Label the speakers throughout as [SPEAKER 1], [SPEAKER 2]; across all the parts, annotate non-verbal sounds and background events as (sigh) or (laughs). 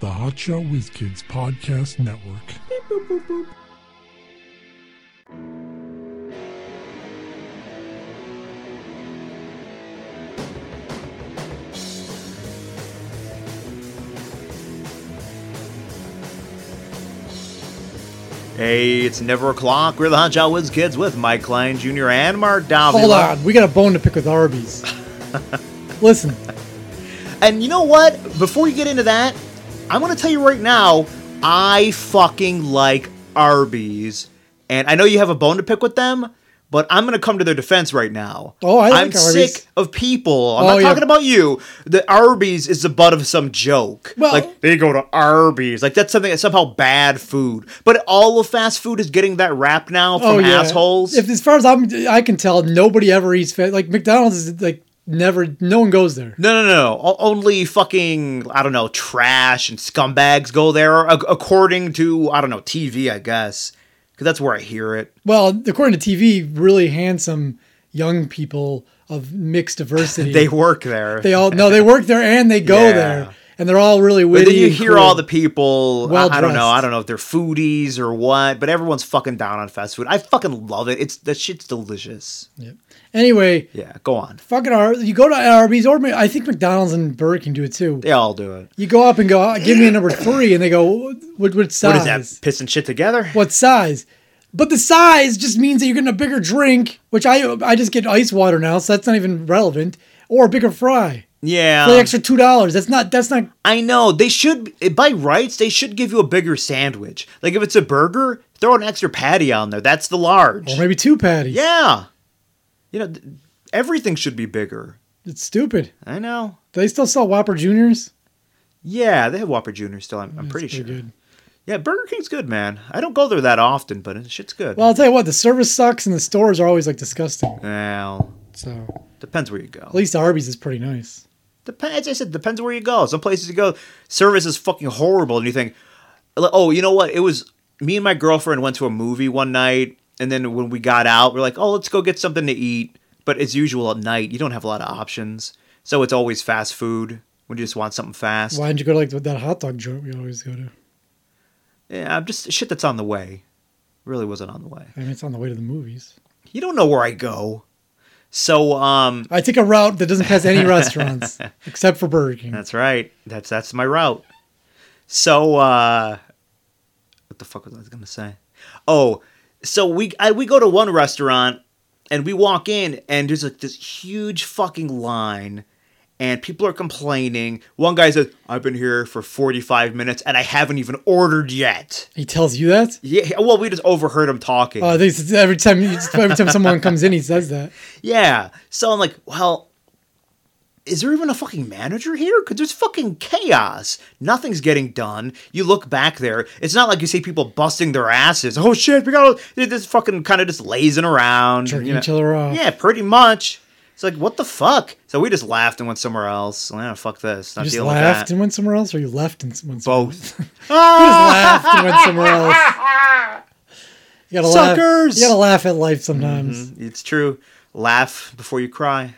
[SPEAKER 1] the Hotshot Whiz Kids Podcast Network.
[SPEAKER 2] Hey, it's never o'clock. We're the Hot Shot Woods Kids with Mike Klein Jr. and Mark Davila.
[SPEAKER 3] Hold on, we got a bone to pick
[SPEAKER 2] (laughs)
[SPEAKER 3] with Arby's. Listen,
[SPEAKER 2] And you know what? Before you get into that, I'm going to tell you right now, I fucking like Arby's. And I know you have a bone to pick with them, but I'm going to come to their defense right now.
[SPEAKER 3] Oh, I
[SPEAKER 2] I'm
[SPEAKER 3] like Arby's.
[SPEAKER 2] sick of people. I'm
[SPEAKER 3] Oh,
[SPEAKER 2] not
[SPEAKER 3] yeah.
[SPEAKER 2] talking about you. The Arby's is the butt of some joke.
[SPEAKER 3] Well-
[SPEAKER 2] like they go to Arby's. Like that's something that's somehow bad food. But all of fast food is getting that rap now from
[SPEAKER 3] oh yeah,
[SPEAKER 2] assholes.
[SPEAKER 3] If as far as I'm, I can tell, nobody ever eats fa- like McDonald's is like never. No one goes there.
[SPEAKER 2] No, no, no. O- only fucking, I don't know, trash and scumbags go there, a- according to, I don't know, TV, I guess. Because that's where I hear it.
[SPEAKER 3] Well, according to TV, really handsome young people of mixed
[SPEAKER 2] (laughs)
[SPEAKER 3] diversity.
[SPEAKER 2] They work there.
[SPEAKER 3] they all no, they work there and they go
[SPEAKER 2] Yeah.
[SPEAKER 3] there, and they're all really
[SPEAKER 2] But
[SPEAKER 3] witty.
[SPEAKER 2] then you
[SPEAKER 3] and
[SPEAKER 2] hear
[SPEAKER 3] cool.
[SPEAKER 2] all the people. I, I don't know.
[SPEAKER 3] Well-dressed.
[SPEAKER 2] I don't know if they're foodies or what, but everyone's fucking down on fast food. I fucking love it. It's That shit's delicious.
[SPEAKER 3] anyway.
[SPEAKER 2] Yeah, go on.
[SPEAKER 3] Fucking Ar- you go to Arby's or Ma- I think McDonald's and Burger King do it too.
[SPEAKER 2] They all do it.
[SPEAKER 3] You go up and go, give me a number three, and they go, what, what size?
[SPEAKER 2] What is that? Pissing shit together?
[SPEAKER 3] what size. But the size just means that you're getting a bigger drink, which I I just get ice water now, so that's not even relevant, or a bigger fry.
[SPEAKER 2] Yeah.
[SPEAKER 3] For the extra two dollars, that's not that's not.
[SPEAKER 2] I know they should eh, by rights they should give you a bigger sandwich. Like if it's a burger, throw an extra patty on there. That's the large.
[SPEAKER 3] Or maybe two patties.
[SPEAKER 2] yeah, you know th- everything should be bigger.
[SPEAKER 3] it's stupid.
[SPEAKER 2] I know.
[SPEAKER 3] Do they still sell Whopper Juniors?
[SPEAKER 2] Yeah, they have Whopper Junior still. I'm, I'm pretty,
[SPEAKER 3] That's
[SPEAKER 2] sure.
[SPEAKER 3] Mm, Good.
[SPEAKER 2] Yeah, Burger King's good, man. I don't go there that often, but it- shit's good.
[SPEAKER 3] Well, I'll tell you what, the service sucks, and the stores are always like disgusting.
[SPEAKER 2] Well,
[SPEAKER 3] So
[SPEAKER 2] depends where you go.
[SPEAKER 3] at least Arby's is pretty nice.
[SPEAKER 2] Depends. I said depends where you go. Some places you go, service is fucking horrible, and you think, oh, you know what? It was me and my girlfriend went to a movie one night, and then when we got out, we're like, oh, let's go get something to eat. But as usual at night, you don't have a lot of options, so it's always fast food when you just want something fast.
[SPEAKER 3] Why didn't you go to like that hot dog joint we always go to?
[SPEAKER 2] Yeah, I'm just shit that's on the way. Really wasn't on the way.
[SPEAKER 3] I mean, it's on the way to the movies.
[SPEAKER 2] You don't know where I go, so um,
[SPEAKER 3] I take a route that doesn't
[SPEAKER 2] (laughs)
[SPEAKER 3] pass any restaurants except for Burger King.
[SPEAKER 2] That's right. That's that's my route. So uh what the fuck was I gonna say? Oh, so we I, we go to one restaurant and we walk in and there's like this huge fucking line and people are complaining. One guy says, I've been here for 45 minutes and I haven't even ordered yet.
[SPEAKER 3] he tells you that.
[SPEAKER 2] Yeah, well, we just overheard him talking.
[SPEAKER 3] Oh, this is every time it's
[SPEAKER 2] (laughs)
[SPEAKER 3] every time someone comes in, he says that.
[SPEAKER 2] Yeah. So I'm like, well, is there even a fucking manager here? Because there's fucking chaos. Nothing's getting done. You look back there. It's not like you see people busting their asses. Oh shit, we got they're just fucking kind of just lazing around.
[SPEAKER 3] Jerking each other off.
[SPEAKER 2] Yeah, pretty much. It's like what the fuck. So we just laughed and went somewhere else. Well, fuck this. Not
[SPEAKER 3] You just
[SPEAKER 2] dealing
[SPEAKER 3] laughed
[SPEAKER 2] with that.
[SPEAKER 3] and went somewhere else, or you left and went somewhere else?
[SPEAKER 2] Both.
[SPEAKER 3] You just laughed and went
[SPEAKER 2] (laughs)
[SPEAKER 3] somewhere else. You gotta
[SPEAKER 2] Suckers!
[SPEAKER 3] Laugh. You gotta laugh at life sometimes.
[SPEAKER 2] (laughs) it's true. Laugh before you cry.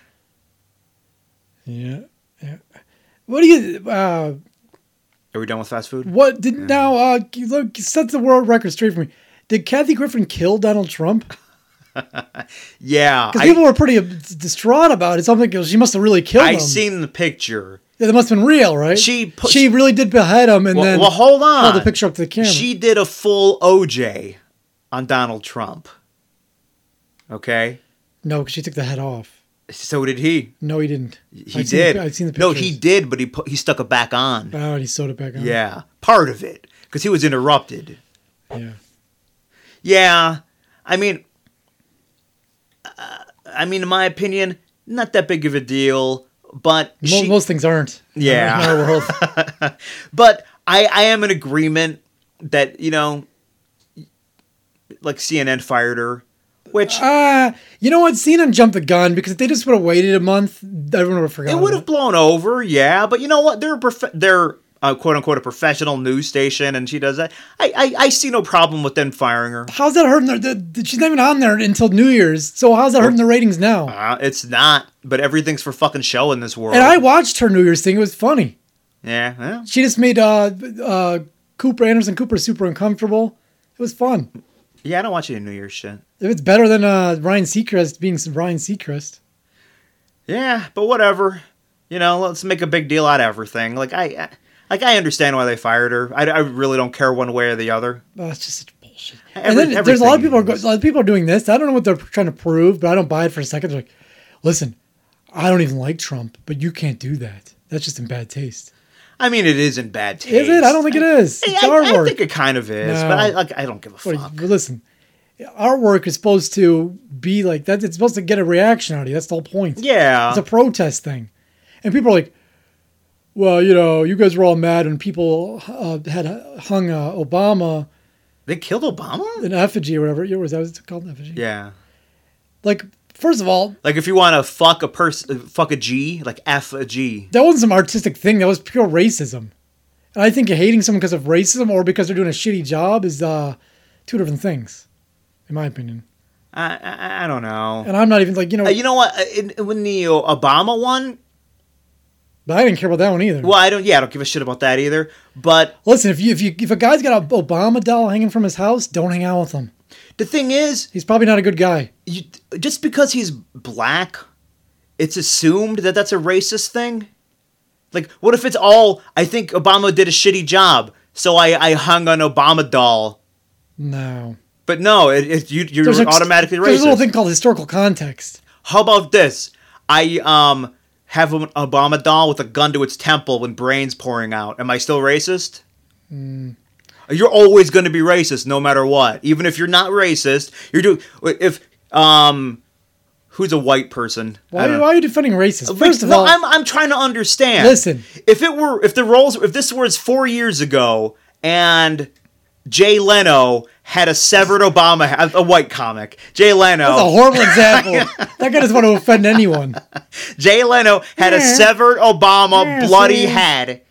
[SPEAKER 2] Mm-hmm.
[SPEAKER 3] Yeah. yeah. What do you? Uh,
[SPEAKER 2] Are we done with fast food?
[SPEAKER 3] what did now? Uh, you look, set the world record straight for me. Did Kathy Griffin kill Donald Trump?
[SPEAKER 2] Yeah.
[SPEAKER 3] Because
[SPEAKER 2] I-
[SPEAKER 3] people were pretty distraught about it. So I'm thinking she must have really killed
[SPEAKER 2] I
[SPEAKER 3] him.
[SPEAKER 2] seen the picture.
[SPEAKER 3] Yeah, that must have been real, right?
[SPEAKER 2] She put-
[SPEAKER 3] she really did behead him, and
[SPEAKER 2] Well,
[SPEAKER 3] then
[SPEAKER 2] well, hold on.
[SPEAKER 3] held the picture up to the camera.
[SPEAKER 2] She did a full OJ on Donald Trump. Okay?
[SPEAKER 3] No, 'cause she took the head off.
[SPEAKER 2] So did he.
[SPEAKER 3] No, he didn't.
[SPEAKER 2] He
[SPEAKER 3] I've seen the
[SPEAKER 2] did.
[SPEAKER 3] pi- I've seen the
[SPEAKER 2] No,
[SPEAKER 3] pictures.
[SPEAKER 2] he did, but he put, he stuck it back on.
[SPEAKER 3] Oh, and he sewed it back on.
[SPEAKER 2] Yeah. Part of it cuz he was interrupted.
[SPEAKER 3] yeah.
[SPEAKER 2] Yeah. I mean uh, I mean in my opinion, not that big of a deal, but
[SPEAKER 3] Mo-
[SPEAKER 2] she,
[SPEAKER 3] most things aren't.
[SPEAKER 2] Yeah.
[SPEAKER 3] In our world.
[SPEAKER 2] but I, I am in agreement that, you know, like CNN fired her, which
[SPEAKER 3] (laughs) uh, you know what? CNN jumped the gun because if they just would have waited a month, everyone would have forgotten.
[SPEAKER 2] It would have blown over, yeah. But you know what? They're a prof- they're uh, quote unquote a professional news station, and she does that. I, I I see no problem with them firing her.
[SPEAKER 3] How's that hurting their? The, the- she's not even on there until New Year's. So how's that hurting the ratings now?
[SPEAKER 2] Uh, it's not, but everything's for fucking show in this world.
[SPEAKER 3] and I watched her New Year's thing. It was funny.
[SPEAKER 2] Yeah. well,
[SPEAKER 3] She just made uh, uh, Cooper Anderson Cooper super uncomfortable. It was fun.
[SPEAKER 2] yeah, I don't watch any New Year's shit.
[SPEAKER 3] If it's better than uh, Ryan Seacrest being some Ryan Seacrest,
[SPEAKER 2] Yeah, but whatever. You know, let's make a big deal out of everything. Like I, I like I understand why they fired her. I, I really don't care one way or the other.
[SPEAKER 3] oh, it's just such bullshit.
[SPEAKER 2] Every-
[SPEAKER 3] and then there's a lot of people are
[SPEAKER 2] everything
[SPEAKER 3] go- a lot of people are doing this. I don't know what they're trying to prove, but I don't buy it for a second. They're like, listen, I don't even like Trump, but you can't do that. That's just in bad taste.
[SPEAKER 2] I mean, it is in bad taste.
[SPEAKER 3] Is it? I don't think it is.
[SPEAKER 2] I,
[SPEAKER 3] It's
[SPEAKER 2] I- I
[SPEAKER 3] artwork.
[SPEAKER 2] think it kind of is,
[SPEAKER 3] No.
[SPEAKER 2] but I like I don't give a
[SPEAKER 3] But
[SPEAKER 2] fuck.
[SPEAKER 3] listen, artwork is supposed to be like that. It's supposed to get a reaction out of you. That's the whole point.
[SPEAKER 2] Yeah.
[SPEAKER 3] It's a protest thing. And people are like, well, you know, you guys were all mad when people uh, had hung uh, Obama
[SPEAKER 2] they killed Obama?
[SPEAKER 3] in effigy or whatever. It was that was called effigy.
[SPEAKER 2] Yeah.
[SPEAKER 3] Like, first of all,
[SPEAKER 2] Like if you want to fuck a person, fuck a G, like F a G.
[SPEAKER 3] that wasn't some artistic thing. That was pure racism. And I think hating someone because of racism or because they're doing a shitty job is uh, two different things, in my opinion.
[SPEAKER 2] I I, I don't know.
[SPEAKER 3] And I'm not even like, you know,
[SPEAKER 2] Uh, you know what? In, when the Obama one,
[SPEAKER 3] I didn't care about that one either.
[SPEAKER 2] well, I don't. Yeah, I don't give a shit about that either. But
[SPEAKER 3] Listen, if you if you if a guy's got a Obama doll hanging from his house, don't hang out with him.
[SPEAKER 2] the thing is,
[SPEAKER 3] He's probably not a good guy.
[SPEAKER 2] you, just because he's black, it's assumed that that's a racist thing. Like, what if it's all? I think Obama did a shitty job, so I, I hung an Obama doll.
[SPEAKER 3] No.
[SPEAKER 2] But no, it, it, you, you're automatically
[SPEAKER 3] There's
[SPEAKER 2] racist.
[SPEAKER 3] a little thing called historical context.
[SPEAKER 2] How about this? I um have an Obama doll with a gun to its temple when brains pouring out. Am I still racist?
[SPEAKER 3] Hmm.
[SPEAKER 2] You're always going to be racist, no matter what. Even if you're not racist, you're doing. If um, who's a white person? I
[SPEAKER 3] Why,
[SPEAKER 2] don't-
[SPEAKER 3] why are you defending racists?
[SPEAKER 2] Wait,
[SPEAKER 3] First of
[SPEAKER 2] no,
[SPEAKER 3] all,
[SPEAKER 2] I'm I'm trying to understand.
[SPEAKER 3] Listen.
[SPEAKER 2] if it were if the roles if this was four years ago and Jay Leno had a severed Obama, head- a white comic. Jay Leno,
[SPEAKER 3] that's a horrible example. that guy doesn't want to offend anyone.
[SPEAKER 2] Jay Leno had a
[SPEAKER 3] Yeah.
[SPEAKER 2] severed Obama
[SPEAKER 3] Yeah,
[SPEAKER 2] bloody
[SPEAKER 3] see?
[SPEAKER 2] head.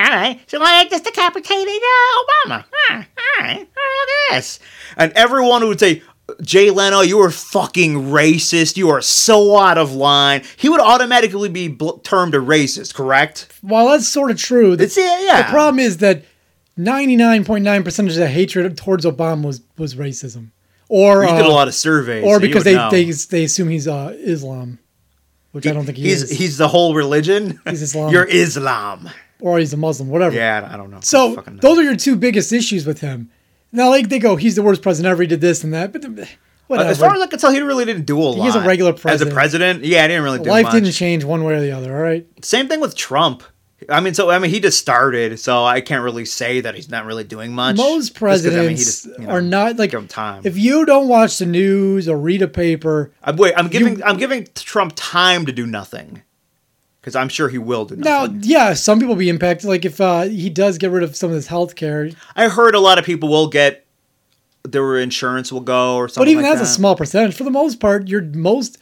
[SPEAKER 2] All right, so I just decapitated uh, Obama. All right, all right, look at this. And everyone would say, Jay Leno, you are fucking racist. You are so out of line. He would automatically be bl- termed a racist, correct?
[SPEAKER 3] While that's sort of true, the,
[SPEAKER 2] It's yeah, yeah.
[SPEAKER 3] the problem is that 99.9% of the hatred towards Obama was, was racism. Or,
[SPEAKER 2] We did a
[SPEAKER 3] uh,
[SPEAKER 2] lot of surveys, so
[SPEAKER 3] or
[SPEAKER 2] you would
[SPEAKER 3] because they,
[SPEAKER 2] know.
[SPEAKER 3] they, they assume he's uh, Islam, which I don't think he
[SPEAKER 2] he's
[SPEAKER 3] is.
[SPEAKER 2] he's the whole religion.
[SPEAKER 3] He's
[SPEAKER 2] (laughs)
[SPEAKER 3] Islam.
[SPEAKER 2] You're Islam.
[SPEAKER 3] or he's a Muslim, whatever.
[SPEAKER 2] Yeah, I don't know.
[SPEAKER 3] So
[SPEAKER 2] Fucking know.
[SPEAKER 3] those are your two biggest issues with him. Now, like they go, he's the worst president ever. He did this and that, but the-
[SPEAKER 2] Uh,
[SPEAKER 3] whatever.
[SPEAKER 2] as far as I can tell, he really didn't do a lot.
[SPEAKER 3] was a regular
[SPEAKER 2] As
[SPEAKER 3] president.
[SPEAKER 2] a president, yeah, he didn't really do
[SPEAKER 3] Life
[SPEAKER 2] much.
[SPEAKER 3] didn't change one way or the other. All right,
[SPEAKER 2] Same thing with Trump. I mean, so I mean, he just started, so I can't really say that he's not really doing much.
[SPEAKER 3] most
[SPEAKER 2] Just 'cause, I mean, he
[SPEAKER 3] presidents
[SPEAKER 2] just, you know,
[SPEAKER 3] are not like.
[SPEAKER 2] give him time.
[SPEAKER 3] If you don't watch the news or read a paper,
[SPEAKER 2] I'm, Uh, wait, I'm giving I'm giving Trump time to do nothing, because I'm sure he will do
[SPEAKER 3] now,
[SPEAKER 2] nothing.
[SPEAKER 3] yeah, some people be impacted. Like if uh, he does get rid of some of this health care,
[SPEAKER 2] I heard a lot of people will get their insurance will go or something.
[SPEAKER 3] but even
[SPEAKER 2] like
[SPEAKER 3] that's a
[SPEAKER 2] that.
[SPEAKER 3] small percentage. For the most part, your most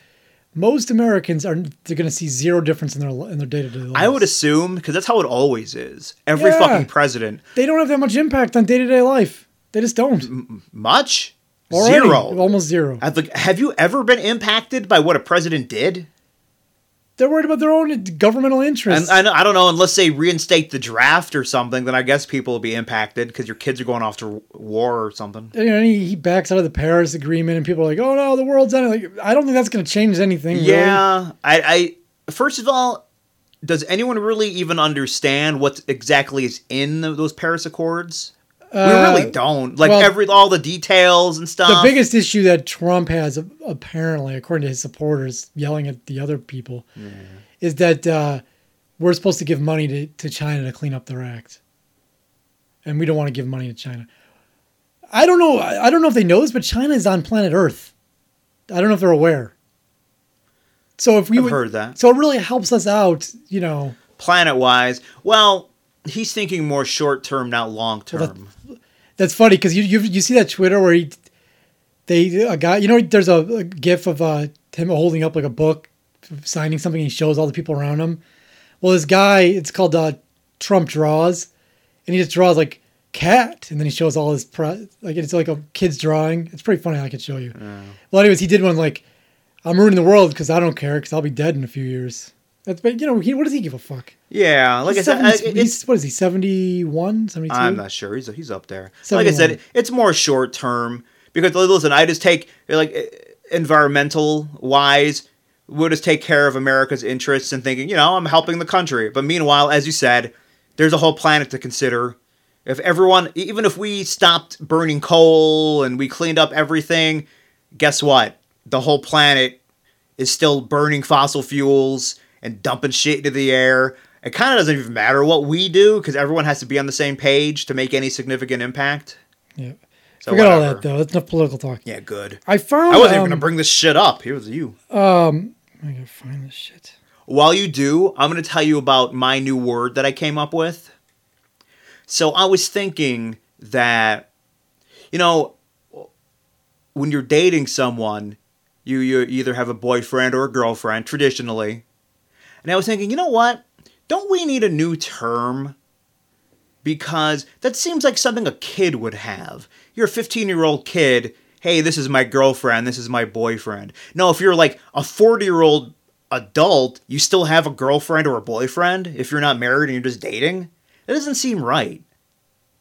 [SPEAKER 3] most Americans are they're going to see zero difference in their in their day to day.
[SPEAKER 2] I would assume because that's how it always is. Every
[SPEAKER 3] Yeah.
[SPEAKER 2] fucking president,
[SPEAKER 3] They don't have that much impact on day to day life. They just don't.
[SPEAKER 2] much
[SPEAKER 3] Already,
[SPEAKER 2] zero.
[SPEAKER 3] Almost zero.
[SPEAKER 2] I've, like, have you ever been impacted by what a president did?
[SPEAKER 3] They're worried about their own governmental interests.
[SPEAKER 2] And I, I don't know, unless they reinstate the draft or something, then I guess people will be impacted because your kids are going off to war or something.
[SPEAKER 3] you know, he he backs out of the Paris Agreement, and people are like, "Oh no, the world's ending." Like, I don't think that's going to change anything. really.
[SPEAKER 2] Yeah, I, I first of all, does anyone really even understand what exactly is in the, those Paris Accords?
[SPEAKER 3] Uh,
[SPEAKER 2] we really don't. Like
[SPEAKER 3] well,
[SPEAKER 2] every all the details and
[SPEAKER 3] The
[SPEAKER 2] stuff.
[SPEAKER 3] biggest issue that Trump has, apparently, according to his supporters, yelling at the other people, is that uh, we're supposed to give money to, to China to clean up their act, and we don't want to give money to China. I don't know. I I don't know if they know this, but China is on planet Earth. I don't know if they're aware. So if we
[SPEAKER 2] I've
[SPEAKER 3] would-
[SPEAKER 2] heard that.
[SPEAKER 3] so it really helps us out, you know.
[SPEAKER 2] planet wise, well, he's thinking more short term, not long term.
[SPEAKER 3] That's funny because you you you see that Twitter where he they a guy you know there's a, a gif of uh, him holding up like a book signing something and he shows all the people around him. Well, this guy it's called uh, Trump draws, and he just draws like cat, and then he shows all his pre- like it's like a kid's drawing. It's pretty funny. I could show you. Well, anyways, he did one like I'm ruining the world because I don't care because I'll be dead in a few years. That's but you know he, what does he give a fuck?
[SPEAKER 2] Yeah, like I
[SPEAKER 3] He's
[SPEAKER 2] said,
[SPEAKER 3] 70
[SPEAKER 2] I- it's
[SPEAKER 3] he's, what is he, 71, 72?
[SPEAKER 2] I'm not sure. He's he's up there. Like I
[SPEAKER 3] 71.
[SPEAKER 2] said, it's more short term because like, listen, I just take like eh, environmental wise, we'll just take care of America's interests and thinking, you know, I'm helping the country. But meanwhile, as you said, there's a whole planet to consider. If everyone, e, even if we stopped burning coal and we cleaned up everything, guess what? The whole planet is still burning fossil fuels and dumping shit into the air. It kind of doesn't even matter what we do because everyone has to be on the same page to make any significant impact.
[SPEAKER 3] Yeah.
[SPEAKER 2] So
[SPEAKER 3] Forget all
[SPEAKER 2] whatever.
[SPEAKER 3] that, though. That's enough political talk.
[SPEAKER 2] Yeah, good.
[SPEAKER 3] I found.
[SPEAKER 2] I wasn't
[SPEAKER 3] um,
[SPEAKER 2] even gonna bring this shit up. Here was you.
[SPEAKER 3] I gotta find this shit.
[SPEAKER 2] While you do, I'm going to tell you about my new word that I came up with. So I was thinking that, you know, when you're dating someone, you, you either have a boyfriend or a girlfriend traditionally. And I was thinking, you know what? Don't we need a new term? Because that seems like something a kid would have. You're a 15 year old kid. Hey, this is my girlfriend. This is my boyfriend. No, if you're like a 40 year old adult, you still have a girlfriend or a boyfriend if you're not married and you're just dating. That doesn't seem right.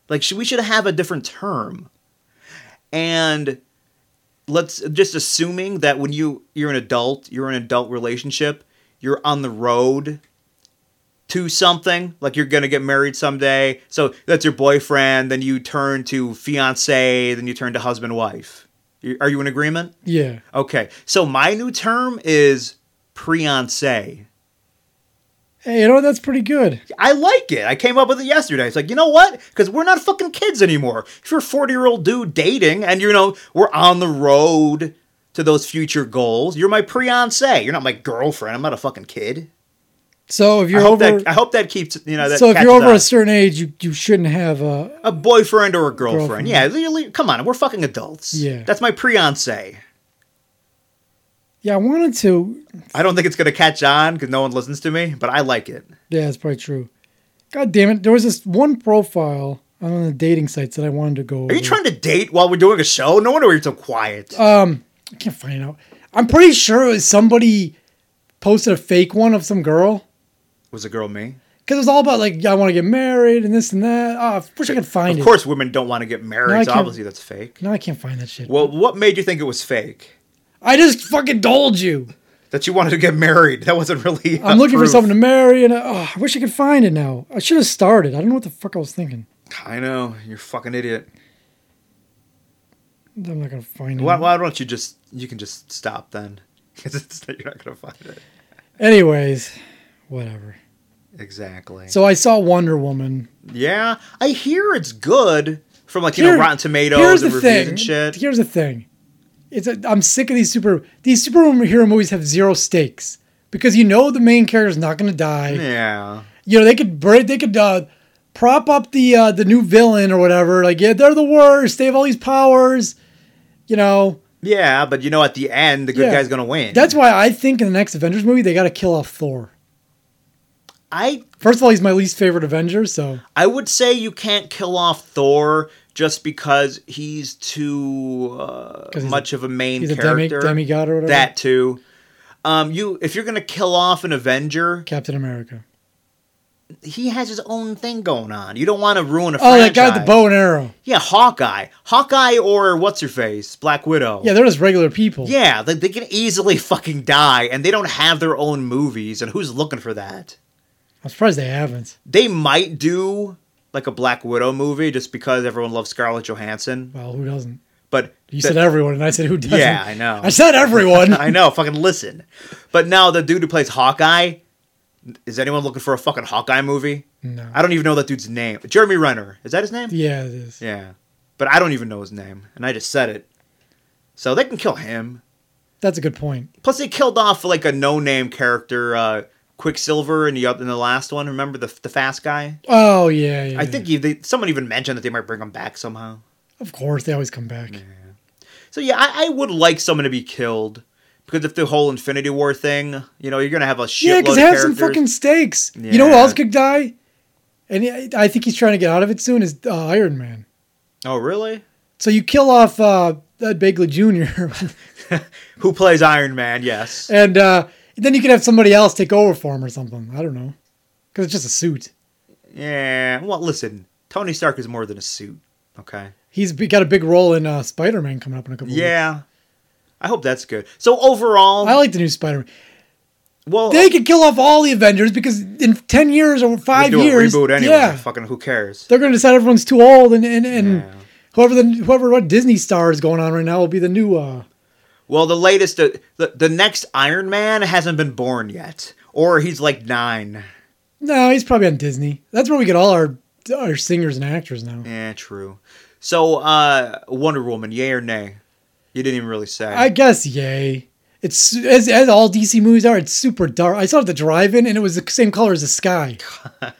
[SPEAKER 2] Like, should, we should have a different term. And let's just assuming that when you you're an adult, you're in an adult relationship, you're on the road to something, like you're gonna get married someday. So that's your boyfriend, then you turn to fiance, then you turn to husband wife. You- Are you in agreement?
[SPEAKER 3] Yeah.
[SPEAKER 2] Okay. So my new term is preance.
[SPEAKER 3] Hey, you know what? That's pretty good.
[SPEAKER 2] I like it. I came up with it yesterday. It's like, you know what? Because we're not fucking kids anymore. If you're a 40 year old dude dating and, you know, we're on the road to those future goals, you're my preance. You're not my girlfriend. I'm not a fucking kid.
[SPEAKER 3] So if you're
[SPEAKER 2] I hope,
[SPEAKER 3] over,
[SPEAKER 2] that, I hope that keeps, you know, that
[SPEAKER 3] so if you're
[SPEAKER 2] catches
[SPEAKER 3] over
[SPEAKER 2] on.
[SPEAKER 3] a certain age, you you shouldn't have uh
[SPEAKER 2] a boyfriend or a girlfriend.
[SPEAKER 3] Girlfriend.
[SPEAKER 2] Yeah, le- le- come on. We're fucking adults.
[SPEAKER 3] Yeah.
[SPEAKER 2] That's my preance.
[SPEAKER 3] Yeah, I wanted to.
[SPEAKER 2] I don't think it's going to catch on because no one listens to me, but I like it.
[SPEAKER 3] Yeah, that's probably true. God damn it! There was this one profile on the dating sites that I wanted to go.
[SPEAKER 2] Are you trying to date while we're doing a show? No wonder you're so quiet.
[SPEAKER 3] Um, I can't find it out. I'm pretty sure it was somebody posted a fake one of some girl
[SPEAKER 2] Was a girl me?
[SPEAKER 3] because it was all about like I want to get married and this and that. Oh, I wish I could find
[SPEAKER 2] Of
[SPEAKER 3] it.
[SPEAKER 2] course, women don't want to get married.
[SPEAKER 3] No, I
[SPEAKER 2] so
[SPEAKER 3] can't-
[SPEAKER 2] obviously, that's fake.
[SPEAKER 3] No, I can't find that shit.
[SPEAKER 2] Well, what made you think it was fake?
[SPEAKER 3] I just fucking told you.
[SPEAKER 2] That you wanted to get married? That wasn't really.
[SPEAKER 3] I'm looking for someone to marry, and uh, oh, I wish I could find it now. I should have started. I don't know what the fuck I was thinking.
[SPEAKER 2] To- I know you're a fucking idiot.
[SPEAKER 3] Mm-hmm. I'm not gonna find it.
[SPEAKER 2] Why, why don't you just? You can just stop then, (laughs) because you're not gonna find it.
[SPEAKER 3] Anyways, whatever.
[SPEAKER 2] Exactly.
[SPEAKER 3] So I saw Wonder Woman.
[SPEAKER 2] yeah, I hear it's good from like you
[SPEAKER 3] Here-
[SPEAKER 2] know Rotten Tomatoes
[SPEAKER 3] Here's
[SPEAKER 2] and
[SPEAKER 3] the
[SPEAKER 2] reviews
[SPEAKER 3] thing.
[SPEAKER 2] and shit.
[SPEAKER 3] Here's the thing. It's a, I'm sick of these super these superhero movies have zero stakes because you know the main character's not gonna die.
[SPEAKER 2] Yeah.
[SPEAKER 3] You know they could br- they could uh, prop up the uh, the new villain or whatever. Like yeah, they're the worst. They have all these powers. You know
[SPEAKER 2] Yeah, but you know at the end the good
[SPEAKER 3] Yeah.
[SPEAKER 2] guy's gonna win.
[SPEAKER 3] that's why I think in the next Avengers movie they got to kill off Thor.
[SPEAKER 2] I
[SPEAKER 3] First of all, he's my least favorite Avenger, so
[SPEAKER 2] I would say you can't kill off Thor just because he's too uh,
[SPEAKER 3] 'Cause he's a-
[SPEAKER 2] much of a main
[SPEAKER 3] he's a demi,
[SPEAKER 2] character.
[SPEAKER 3] demigod or whatever.
[SPEAKER 2] that too. Um, you if you're gonna kill off an Avenger,
[SPEAKER 3] Captain America.
[SPEAKER 2] he has his own thing going on. You don't want to ruin a.
[SPEAKER 3] Oh,
[SPEAKER 2] franchise.
[SPEAKER 3] that guy with the bow and arrow.
[SPEAKER 2] Yeah, Hawkeye, Hawkeye, or what's her face, Black Widow.
[SPEAKER 3] Yeah, they're just regular people.
[SPEAKER 2] yeah, they, they can easily (laughs) fucking die, and they don't have their own movies. And who's looking for that?
[SPEAKER 3] I'm surprised they haven't.
[SPEAKER 2] They might do like a Black Widow movie just because everyone loves Scarlett Johansson,
[SPEAKER 3] Well, who doesn't?
[SPEAKER 2] but
[SPEAKER 3] You
[SPEAKER 2] the-
[SPEAKER 3] said everyone, and I said who doesn't?
[SPEAKER 2] Yeah, I know.
[SPEAKER 3] I said
[SPEAKER 2] (laughs)
[SPEAKER 3] everyone.
[SPEAKER 2] I know, fucking listen. But now the dude who plays Hawkeye, is anyone looking for a fucking Hawkeye movie?
[SPEAKER 3] No.
[SPEAKER 2] I don't even know that dude's name. Jeremy Renner. Is that his name?
[SPEAKER 3] yeah, it is.
[SPEAKER 2] Yeah. But I don't even know his name, and I just said it. So they can kill him.
[SPEAKER 3] That's a good point.
[SPEAKER 2] Plus, they killed off like a no-name character, uh, Quicksilver, in the oth- in the last one. Remember the the fast guy?
[SPEAKER 3] Oh yeah, yeah.
[SPEAKER 2] I think he, they, someone even mentioned that they might bring him back somehow.
[SPEAKER 3] Of course, they always come back.
[SPEAKER 2] So yeah, I, I would like someone to be killed because if the whole Infinity War thing, you know, you're gonna have a shitload
[SPEAKER 3] Yeah,
[SPEAKER 2] of
[SPEAKER 3] because
[SPEAKER 2] characters.
[SPEAKER 3] they have some fucking stakes. You know who
[SPEAKER 2] Yeah.
[SPEAKER 3] else could die? And I- I think he's trying to get out of it soon. Is uh, Iron Man.
[SPEAKER 2] Oh really? (laughs)
[SPEAKER 3] So you kill off uh, that Bagley (laughs) Jr.
[SPEAKER 2] Who plays Iron Man? Yes.
[SPEAKER 3] uh, and uh, then you could have somebody else take over for him or something. I don't know. because it's just a suit.
[SPEAKER 2] Yeah. Well, listen, Tony Stark is more than a suit. Okay.
[SPEAKER 3] He's b- got a big role in uh, Spider Man coming up in a couple. weeks.
[SPEAKER 2] Yeah. I hope that's good. So overall,
[SPEAKER 3] I like the new Spider Man.
[SPEAKER 2] well,
[SPEAKER 3] They could kill off all the Avengers because in ten years
[SPEAKER 2] we
[SPEAKER 3] or five
[SPEAKER 2] do a
[SPEAKER 3] years,
[SPEAKER 2] reboot anyway.
[SPEAKER 3] yeah,
[SPEAKER 2] Fucking who cares?
[SPEAKER 3] they're going to decide everyone's too old, and and, and
[SPEAKER 2] Yeah.
[SPEAKER 3] whoever the whoever what Disney star is going on right now will be the new. uh
[SPEAKER 2] Well, the latest, uh, the the next Iron Man hasn't been born yet, or he's like nine.
[SPEAKER 3] No, he's probably on Disney. That's where we get all our our singers and actors now.
[SPEAKER 2] Yeah, true. So, uh, Wonder Woman, yay or nay? You didn't even really say.
[SPEAKER 3] I guess yay. It's as, as all DC movies are. It's super dark. I saw it at the drive-in, and it was the same color as
[SPEAKER 2] (laughs)
[SPEAKER 3] the sky.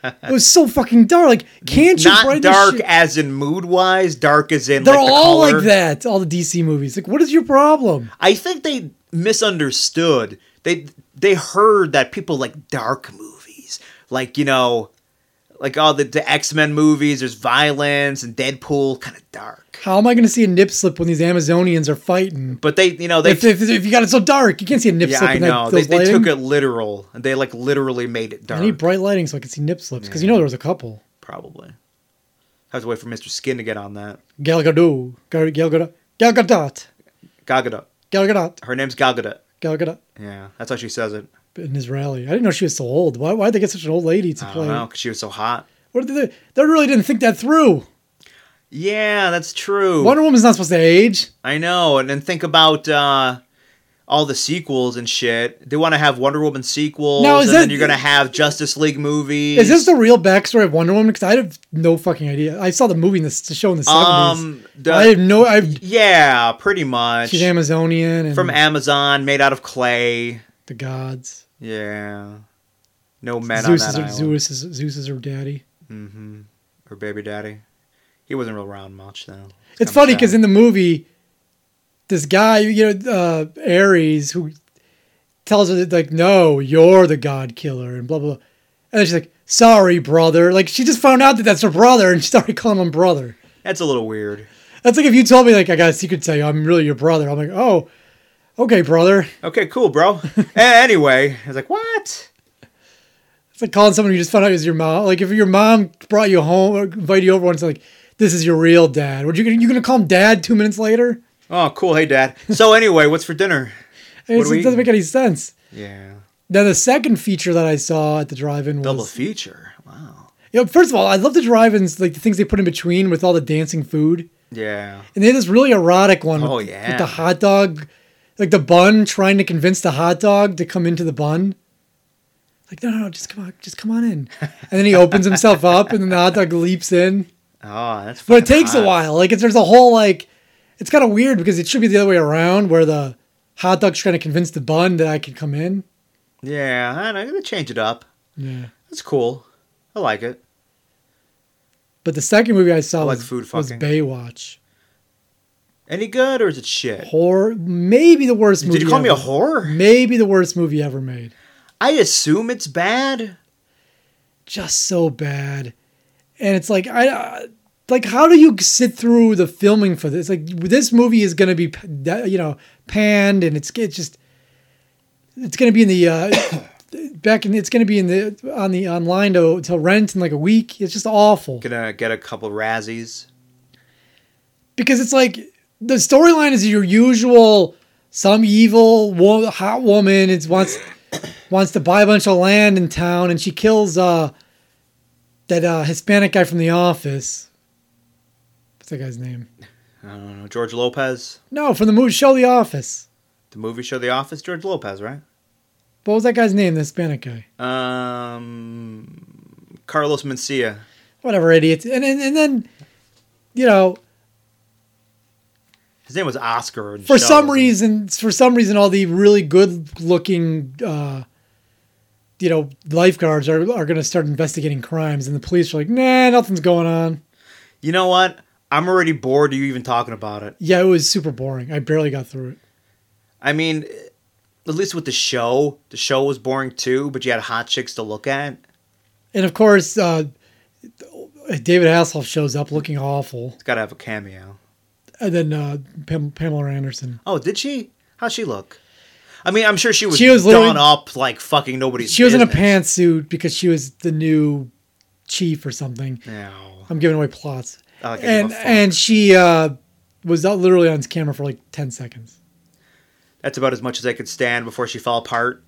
[SPEAKER 3] it was so fucking dark. Like, can't you
[SPEAKER 2] Not
[SPEAKER 3] brighten this
[SPEAKER 2] dark
[SPEAKER 3] shit-
[SPEAKER 2] as in mood wise, dark as in
[SPEAKER 3] They're
[SPEAKER 2] like the
[SPEAKER 3] all
[SPEAKER 2] color.
[SPEAKER 3] like that. All the DC movies. Like, what is your problem?
[SPEAKER 2] I think they misunderstood. They they heard that people like dark movies, like you know, like all the, the X Men movies. There's violence and Deadpool, kind of dark.
[SPEAKER 3] How am I going to see a nip slip when these Amazonians are fighting?
[SPEAKER 2] But they, you know, they
[SPEAKER 3] if, if, if you got it so dark, you can't see a nip
[SPEAKER 2] yeah,
[SPEAKER 3] slip.
[SPEAKER 2] I
[SPEAKER 3] in that,
[SPEAKER 2] know they,
[SPEAKER 3] those
[SPEAKER 2] they took
[SPEAKER 3] lighting.
[SPEAKER 2] it literal and they like literally made it dark. Mm.
[SPEAKER 3] I need bright lighting so I can see nip slips because you know there was a couple.
[SPEAKER 2] probably. I have to wait for Mister Skin to get on that.
[SPEAKER 3] Gal Gadot, Gal Gal Gadot, Gal Gadot,
[SPEAKER 2] Gal Gadot.
[SPEAKER 3] Gal Gadot,
[SPEAKER 2] Her name's Gal Gadot.
[SPEAKER 3] Gal Gadot.
[SPEAKER 2] Yeah, that's how she says it.
[SPEAKER 3] An Israeli. I didn't know she was so old. Why why would they get such an old lady to
[SPEAKER 2] I
[SPEAKER 3] play?
[SPEAKER 2] don't know because she was so hot.
[SPEAKER 3] What did they? They really didn't think that through.
[SPEAKER 2] Yeah, that's true.
[SPEAKER 3] Wonder Woman's not supposed to age.
[SPEAKER 2] I know, and then think about uh, all the sequels and shit. They want to have Wonder Woman sequels,
[SPEAKER 3] Now, is
[SPEAKER 2] and then
[SPEAKER 3] that-
[SPEAKER 2] you're gonna have Justice League movies.
[SPEAKER 3] Is this the real backstory of Wonder Woman? Because I have no fucking idea. I saw the movie in the, the show in the seventies.
[SPEAKER 2] um? the-
[SPEAKER 3] I have no. I've,
[SPEAKER 2] yeah, pretty much
[SPEAKER 3] she's Amazonian and
[SPEAKER 2] from Amazon, made out of clay.
[SPEAKER 3] the gods.
[SPEAKER 2] Yeah, no men
[SPEAKER 3] Zeus
[SPEAKER 2] on
[SPEAKER 3] is,
[SPEAKER 2] that
[SPEAKER 3] her,
[SPEAKER 2] island.
[SPEAKER 3] Zeus is Zeus is her daddy.
[SPEAKER 2] Mm-hmm. Or baby daddy. He wasn't real around much though.
[SPEAKER 3] It's
[SPEAKER 2] kinda
[SPEAKER 3] funny
[SPEAKER 2] sad.
[SPEAKER 3] because in the movie, this guy, you know, uh, Ares, who tells her that, like, "No, you're the God Killer," and blah blah, blah. and then she's like, "Sorry, brother." Like she just found out that that's her brother, and she started calling him brother.
[SPEAKER 2] That's a little weird.
[SPEAKER 3] That's like if you told me, like, I got a secret to tell you, I'm really your brother. I'm like, oh, okay, brother.
[SPEAKER 2] Okay, cool,
[SPEAKER 3] (laughs)
[SPEAKER 2] bro. A- anyway, I was like, what?
[SPEAKER 3] It's like calling someone you just found out is your mom. Like if your mom brought you home or invited you over once, like, this is your real dad. Would you you gonna call him dad two minutes later?
[SPEAKER 2] Oh, cool. Hey, dad. So anyway, what's for dinner?
[SPEAKER 3] It's-
[SPEAKER 2] do we-
[SPEAKER 3] it doesn't make any sense.
[SPEAKER 2] Yeah.
[SPEAKER 3] Now the second feature that I saw at the drive-in
[SPEAKER 2] Double
[SPEAKER 3] was
[SPEAKER 2] feature. Wow.
[SPEAKER 3] you know, first of all, I love the drive-ins, like the things they put in between with all the dancing food.
[SPEAKER 2] Yeah.
[SPEAKER 3] And they had this really erotic one
[SPEAKER 2] Oh,
[SPEAKER 3] with,
[SPEAKER 2] yeah.
[SPEAKER 3] with the hot dog, like the bun trying to convince the hot dog to come into the bun. Like, no, no, no, just come on, just come
[SPEAKER 2] (laughs)
[SPEAKER 3] on in. And then he opens himself up and then the hot dog leaps in.
[SPEAKER 2] Oh, that's.
[SPEAKER 3] But it
[SPEAKER 2] fucking
[SPEAKER 3] takes a
[SPEAKER 2] hot.
[SPEAKER 3] while. Like it's there's a whole like it's kind of weird because it should be the other way around where the hot dog's trying to convince the bun that I could come in.
[SPEAKER 2] Yeah, I know. They change it up.
[SPEAKER 3] Yeah.
[SPEAKER 2] That's cool. I like it.
[SPEAKER 3] But the second movie I saw
[SPEAKER 2] I like
[SPEAKER 3] was,
[SPEAKER 2] food
[SPEAKER 3] was
[SPEAKER 2] fucking.
[SPEAKER 3] Baywatch.
[SPEAKER 2] Any good or is it shit?
[SPEAKER 3] Horror, maybe the worst movie.
[SPEAKER 2] Did you call me a
[SPEAKER 3] ever.
[SPEAKER 2] whore?
[SPEAKER 3] Maybe the worst movie ever made.
[SPEAKER 2] I assume it's bad.
[SPEAKER 3] Just so bad, and it's like I, uh, like how do you sit through the filming for this? Like this movie is gonna be, p- that- you know, panned, and it's it's just, it's gonna be in the. Uh, (coughs) Back in, it's going to be in the on the online to, to rent in like a week. It's just awful.
[SPEAKER 2] Gonna get a couple Razzies.
[SPEAKER 3] because it's like the storyline is your usual some evil wo- hot woman it wants (coughs) wants to buy a bunch of land in town and she kills uh that uh hispanic guy from the office what's that guy's name
[SPEAKER 2] I don't know. George Lopez.
[SPEAKER 3] no from the movie show the office
[SPEAKER 2] The movie show The Office. George Lopez, right?
[SPEAKER 3] what was that guy's name the hispanic guy
[SPEAKER 2] Um, Carlos Mencia.
[SPEAKER 3] whatever idiots and and, and then you know
[SPEAKER 2] His name was Oscar. in
[SPEAKER 3] for
[SPEAKER 2] shows.
[SPEAKER 3] some reason for some reason all the really good looking uh you know lifeguards are, are going to start investigating crimes and the police are like nah nothing's going on
[SPEAKER 2] You know what? I'm already bored of you even talking about it.
[SPEAKER 3] yeah it was super boring i barely got through it
[SPEAKER 2] I mean, at least with the show, the show was boring too, but you had hot chicks to look at.
[SPEAKER 3] and of course uh david hasselhoff shows up looking awful
[SPEAKER 2] It's got to have a cameo.
[SPEAKER 3] and then uh Pam- pamela anderson
[SPEAKER 2] Oh, did she? How'd she look? I mean, I'm sure she was,
[SPEAKER 3] She was literally-
[SPEAKER 2] done up like fucking nobody's.
[SPEAKER 3] She was in a
[SPEAKER 2] business.
[SPEAKER 3] pantsuit because she was the new chief or something.
[SPEAKER 2] No.
[SPEAKER 3] I'm giving away plots.
[SPEAKER 2] I don't give a
[SPEAKER 3] And
[SPEAKER 2] fuck.
[SPEAKER 3] and she uh, was out literally on camera for like ten seconds.
[SPEAKER 2] That's about as much as I could stand before she fell apart.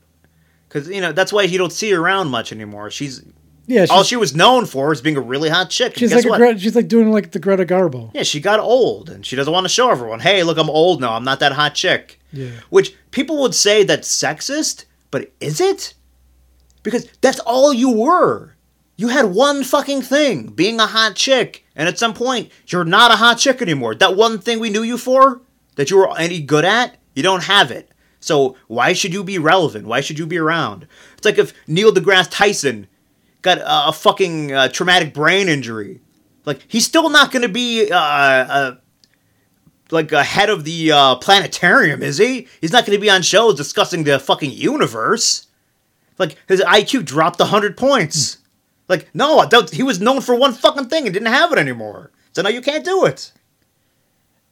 [SPEAKER 2] Because you know that's why you don't see her around much anymore. She's
[SPEAKER 3] Yeah, she's,
[SPEAKER 2] all she was known for is being a really hot chick. And
[SPEAKER 3] she's
[SPEAKER 2] guess
[SPEAKER 3] like a
[SPEAKER 2] what?
[SPEAKER 3] Gre- she's like doing like the Greta Garbo.
[SPEAKER 2] yeah, she got old and she doesn't want to show everyone. Hey, look, I'm old now. I'm not that hot chick.
[SPEAKER 3] Yeah.
[SPEAKER 2] Which people would say that's sexist, but is it? Because that's all you were. You had one fucking thing, being a hot chick, and at some point you're not a hot chick anymore. That one thing we knew you for, that you were any good at, you don't have it. So why should you be relevant? Why should you be around? It's like if Neil deGrasse Tyson got a, a fucking uh, traumatic brain injury. Like he's still not going to be uh, a like a head of the uh, planetarium, is he? He's not going to be on shows discussing the fucking universe. Like his IQ dropped hundred points. Like no, I don't- he was known for one fucking thing and didn't have it anymore. So now you can't do it.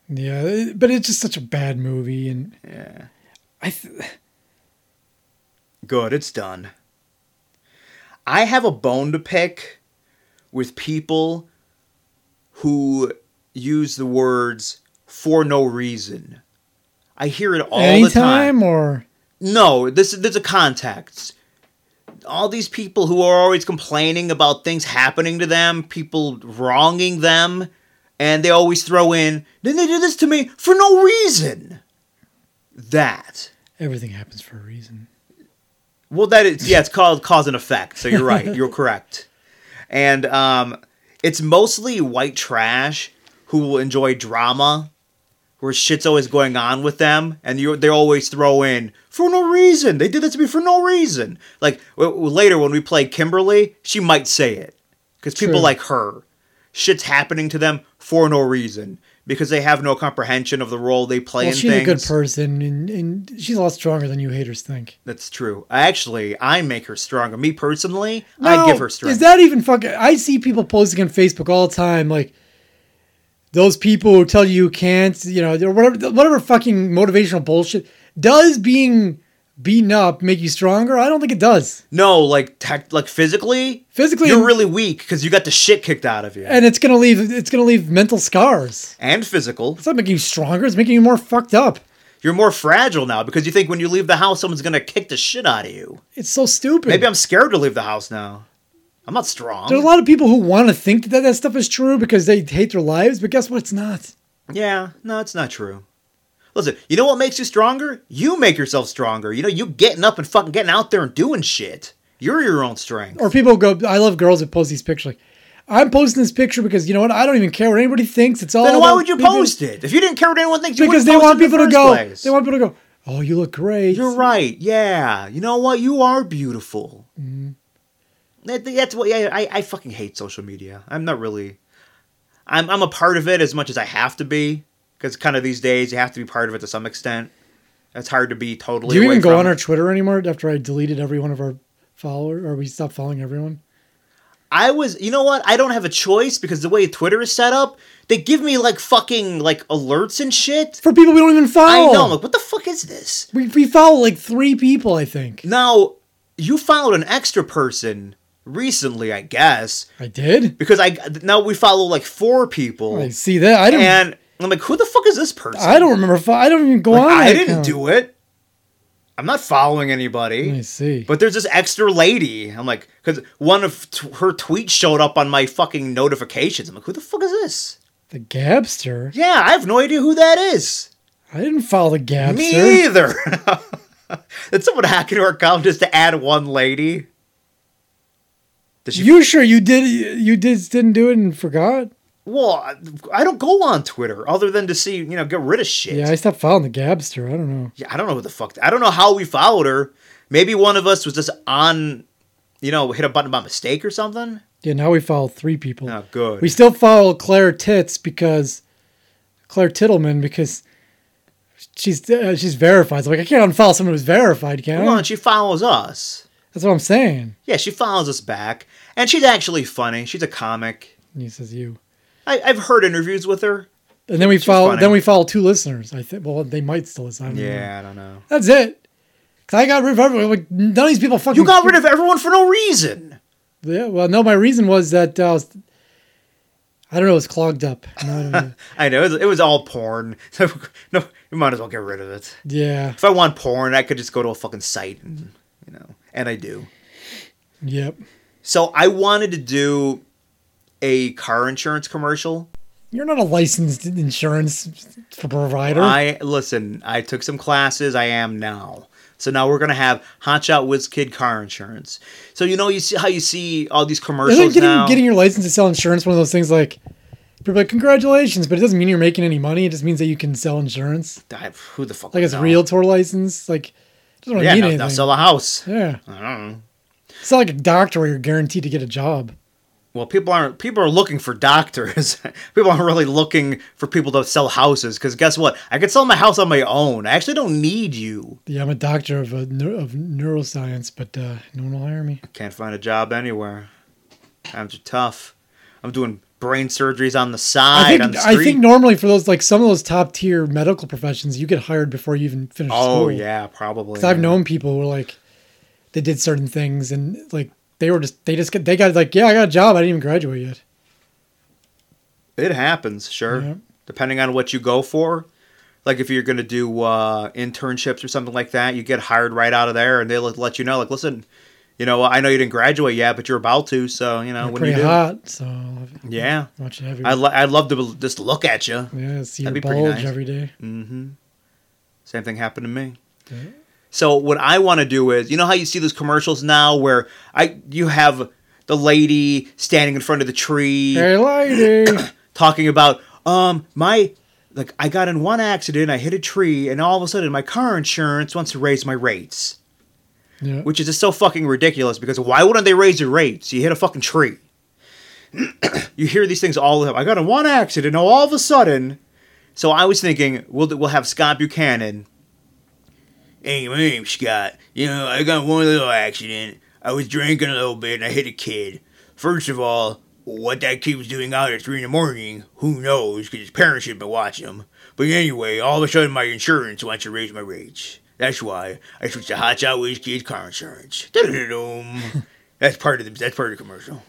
[SPEAKER 3] Yeah, it- but it's just such a bad movie, and
[SPEAKER 2] Yeah.
[SPEAKER 3] I (sighs) th-
[SPEAKER 2] Good, it's done. I have a bone to pick with people who use the words for no reason. I hear it all the time.
[SPEAKER 3] anytime or
[SPEAKER 2] No, this there's a context. All these people who are always complaining about things happening to them, people wronging them, and they always throw in, "Then they did this to me for no reason." That.
[SPEAKER 3] everything happens for a reason.
[SPEAKER 2] Well, that is yeah, it's called cause and effect. So you're right.
[SPEAKER 3] (laughs)
[SPEAKER 2] You're correct. And um, it's mostly white trash who will enjoy drama, where shit's always going on with them, and you they always throw in for no reason. They did this to me for no reason. Like w- w- later when we play Kimberly, she might say it because people
[SPEAKER 3] True.
[SPEAKER 2] like her, shit's happening to them for no reason because they have no comprehension of the role they play
[SPEAKER 3] Well,
[SPEAKER 2] in
[SPEAKER 3] she's a
[SPEAKER 2] things.
[SPEAKER 3] good person, and, and she's a lot stronger than you haters think.
[SPEAKER 2] That's true. Actually, I make her stronger. Me personally, I give her strength.
[SPEAKER 3] Is that even fucking? I see people posting on Facebook all the time, like those people who tell you you can't, you know, they're whatever, whatever fucking motivational bullshit. Does being beaten up make you stronger? I don't think it does.
[SPEAKER 2] no, like tech, like physically,
[SPEAKER 3] Physically-
[SPEAKER 2] you're really weak because you got the shit kicked out of you, and,
[SPEAKER 3] And it's gonna leave. It's gonna leave mental scars.
[SPEAKER 2] physical.
[SPEAKER 3] It's not making you stronger. It's making you more fucked up.
[SPEAKER 2] You're more fragile now because you think when you leave the house, someone's gonna kick the shit out of you.
[SPEAKER 3] It's so stupid.
[SPEAKER 2] Maybe I'm scared to leave the house now. I'm not strong.
[SPEAKER 3] There's a lot of people who want to think that that stuff is true because they hate their lives, but guess what? It's not.
[SPEAKER 2] Yeah, no, it's not true. Listen, you know what makes you stronger? You make yourself stronger. You know, you getting up and fucking getting out there and doing shit. You're your own strength.
[SPEAKER 3] Or people go, I love girls that post these pictures. Like, I'm posting this picture because you know what? I don't even care what anybody thinks. It's all.
[SPEAKER 2] Then why
[SPEAKER 3] about
[SPEAKER 2] would you
[SPEAKER 3] people-
[SPEAKER 2] post it? If you didn't care what anyone thinks, you wouldn't
[SPEAKER 3] Because they
[SPEAKER 2] post
[SPEAKER 3] want
[SPEAKER 2] it in the
[SPEAKER 3] people to
[SPEAKER 2] first
[SPEAKER 3] go.
[SPEAKER 2] place.
[SPEAKER 3] They want people to go. Oh, you look great.
[SPEAKER 2] You're right. Yeah. You know what? You are beautiful.
[SPEAKER 3] Mm-hmm.
[SPEAKER 2] That- that's what. Yeah. I, I fucking hate social media. I'm not really. I'm I'm a part of it as much as I have to be because kind of these days you have to be part of it to some extent. It's hard to be totally.
[SPEAKER 3] Do you
[SPEAKER 2] away
[SPEAKER 3] even go
[SPEAKER 2] from
[SPEAKER 3] on
[SPEAKER 2] it.
[SPEAKER 3] our Twitter anymore? After I deleted every one of our followers, or we stopped following everyone.
[SPEAKER 2] I was, you know what? I don't have a choice because the way Twitter is set up, they give me like fucking like alerts and shit.
[SPEAKER 3] For people we don't even follow.
[SPEAKER 2] I know. I'm like, what the fuck is this?
[SPEAKER 3] We, we follow like three people, I think.
[SPEAKER 2] Now, you followed an extra person recently, I guess,
[SPEAKER 3] I did.
[SPEAKER 2] because I now we follow like four people,
[SPEAKER 3] I see that. I don't.
[SPEAKER 2] and I'm like, who the fuck is this person?
[SPEAKER 3] I don't remember. Fo- I don't even go
[SPEAKER 2] Like,
[SPEAKER 3] on.
[SPEAKER 2] I
[SPEAKER 3] that
[SPEAKER 2] didn't
[SPEAKER 3] account.
[SPEAKER 2] do it. I'm not following anybody.
[SPEAKER 3] I see.
[SPEAKER 2] But there's this extra lady. I'm like, because one of t- her tweets showed up on my fucking notifications. I'm like, who the fuck is this?
[SPEAKER 3] the Gabster.
[SPEAKER 2] Yeah, I have no idea who that is.
[SPEAKER 3] I didn't follow the Gabster.
[SPEAKER 2] Me either. (laughs) Did someone hack into her account just to add one lady? Did she
[SPEAKER 3] You sure you did? You did didn't do it and forgot?
[SPEAKER 2] Well, I- I don't go on Twitter other than to see, you know, get rid of shit.
[SPEAKER 3] Yeah, I stopped following the Gabster. I don't know.
[SPEAKER 2] Yeah, I don't know who the fuck. I don't know how we followed her. Maybe one of us was just on, you know, hit a button by mistake or something.
[SPEAKER 3] Yeah, now we follow three people.
[SPEAKER 2] Oh, good.
[SPEAKER 3] We still follow Claire Tits because Claire Tittleman because she's uh, she's verified. So like I can't unfollow someone who's verified, can
[SPEAKER 2] Come
[SPEAKER 3] I?
[SPEAKER 2] on, she follows us.
[SPEAKER 3] That's what I'm saying.
[SPEAKER 2] Yeah, she follows us back, and she's actually funny. She's a comic.
[SPEAKER 3] And he says you.
[SPEAKER 2] I, I've heard interviews with her.
[SPEAKER 3] And then we follow.
[SPEAKER 2] funny.
[SPEAKER 3] Mm. Then we follow two listeners. I think. Well, they might still listen. I don't know.
[SPEAKER 2] Yeah, I don't know.
[SPEAKER 3] That's it. 'Cause I got rid of everyone. Like, none of these people fucking.
[SPEAKER 2] You got rid of everyone for no reason.
[SPEAKER 3] (laughs) Yeah, well, no, my reason was that uh, I, was, I don't know. It was clogged up. No, I
[SPEAKER 2] (laughs)
[SPEAKER 3] don't know.
[SPEAKER 2] I know it was, it was all porn. (laughs) no, you might as well get rid of it.
[SPEAKER 3] yeah.
[SPEAKER 2] If I want porn, I could just go to a fucking site, and you know, and I do.
[SPEAKER 3] Yep.
[SPEAKER 2] So I wanted to do a car insurance commercial.
[SPEAKER 3] You're not a licensed insurance provider.
[SPEAKER 2] I listen. I took some classes. I am now. So now we're gonna have Hotshot Whiz Kid car insurance. So you know you see how you see all these
[SPEAKER 3] Isn't
[SPEAKER 2] commercials
[SPEAKER 3] getting,
[SPEAKER 2] now.
[SPEAKER 3] getting your license to sell insurance one of those things like people are like congratulations, but it doesn't mean you're making any money. It just means that you can sell insurance.
[SPEAKER 2] I- who the fuck?
[SPEAKER 3] Like
[SPEAKER 2] would
[SPEAKER 3] it's
[SPEAKER 2] know?
[SPEAKER 3] realtor license. Like it doesn't really
[SPEAKER 2] Yeah,
[SPEAKER 3] mean
[SPEAKER 2] now,
[SPEAKER 3] anything.
[SPEAKER 2] now sell a house.
[SPEAKER 3] yeah,
[SPEAKER 2] I don't know.
[SPEAKER 3] it's not like a doctor where you're guaranteed to get a job.
[SPEAKER 2] Well, people aren't. People are looking for doctors. (laughs) people aren't really looking for people to sell houses. Because guess what? I could sell my house on my own. I actually don't need you.
[SPEAKER 3] Yeah, I'm a doctor of a, neu- of neuroscience, but uh, no one will hire me.
[SPEAKER 2] Can't find a job anywhere. Times are tough. I'm doing brain surgeries on the side
[SPEAKER 3] I
[SPEAKER 2] on the
[SPEAKER 3] think I
[SPEAKER 2] street.
[SPEAKER 3] think normally for those like some of those top tier medical professions, you get hired before you even finish school.
[SPEAKER 2] oh yeah, probably.
[SPEAKER 3] 'Cause I've known people who were like they did certain things and like they were just they just got, they got like yeah I got a job I didn't even graduate yet.
[SPEAKER 2] It happens, sure.
[SPEAKER 3] Yeah.
[SPEAKER 2] Depending on what you go for. Like if you're going to do uh, internships or something like that, you get hired right out of there and they will let you know, like, listen, you know, I know you didn't graduate yet, but you're about to. So, you know,
[SPEAKER 3] They're
[SPEAKER 2] when you
[SPEAKER 3] pretty
[SPEAKER 2] Uh, do.
[SPEAKER 3] hot, so I'll
[SPEAKER 2] Yeah.
[SPEAKER 3] watch it every
[SPEAKER 2] I'd, lo- I'd love to bel- just look at you.
[SPEAKER 3] yeah
[SPEAKER 2] that'd
[SPEAKER 3] see your
[SPEAKER 2] be pretty
[SPEAKER 3] bulge
[SPEAKER 2] nice.
[SPEAKER 3] every day.
[SPEAKER 2] hmm Same thing happened to me.
[SPEAKER 3] Yeah.
[SPEAKER 2] So what I want to do is, you know how you see those commercials now where I you have the lady standing in front of the tree.
[SPEAKER 3] Hey lady,
[SPEAKER 2] (coughs) talking about um my like I got in one accident, I hit a tree, and all of a sudden my car insurance wants to raise my rates,
[SPEAKER 3] yeah.
[SPEAKER 2] which is just so fucking ridiculous because why wouldn't they raise your rates? You hit a fucking tree. (clears throat) you hear these things all the time. I got in one accident, and all of a sudden. So I was thinking we'll we'll have Scott Buchanan. Hey, my name's Scott. You know, I got one little accident. I was drinking a little bit and I hit a kid. First of all, what that kid was doing out at 3 in the morning, who knows, because his parents should have been watching him. But anyway, all of a sudden my insurance wants to raise my rates. That's why I switched to Hot Shot Wiz Kids car insurance. (laughs) Da-da-da-dum. that's part of the that's part of the commercial.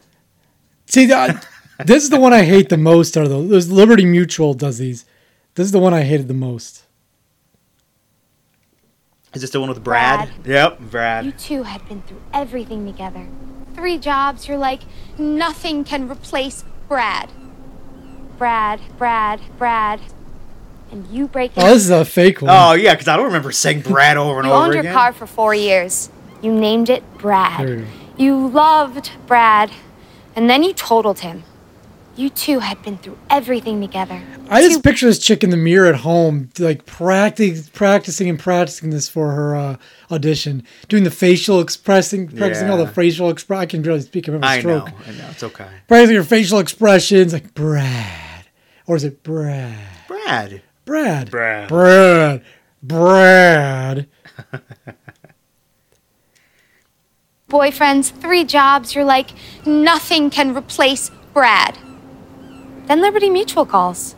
[SPEAKER 3] See, the, uh, this is the one I hate the most. Are those there's Liberty Mutual does these? This is the one I hated the most.
[SPEAKER 2] Is this the one with Brad? Yep,
[SPEAKER 4] You
[SPEAKER 2] Brad.
[SPEAKER 4] two had been through everything together. Three jobs, you're like, nothing can replace Brad. Brad, Brad, Brad. And you break
[SPEAKER 3] Oh, this is a fake one.
[SPEAKER 2] Oh yeah, because I don't remember saying Brad over and
[SPEAKER 4] You
[SPEAKER 2] over
[SPEAKER 4] owned your
[SPEAKER 2] again.
[SPEAKER 4] car for four years. You named it
[SPEAKER 3] There you
[SPEAKER 4] Brad.
[SPEAKER 3] go.
[SPEAKER 4] You loved Brad. And then you totaled him. You two had been through everything together.
[SPEAKER 3] I just picture this chick in the mirror at home, like practicing, practicing, and practicing this for her uh, audition, doing the facial expressing, practicing all the
[SPEAKER 2] Yeah.
[SPEAKER 3] facial express. I can barely speak. I'm having a
[SPEAKER 2] I know,
[SPEAKER 3] stroke.
[SPEAKER 2] I know, it's okay.
[SPEAKER 3] Practicing your facial expressions, like Brad, or is it Brad?
[SPEAKER 2] Brad.
[SPEAKER 3] Brad.
[SPEAKER 2] Brad.
[SPEAKER 3] Brad. Brad.
[SPEAKER 4] boyfriends, three jobs, you're like, nothing can replace Brad. Then Liberty Mutual calls,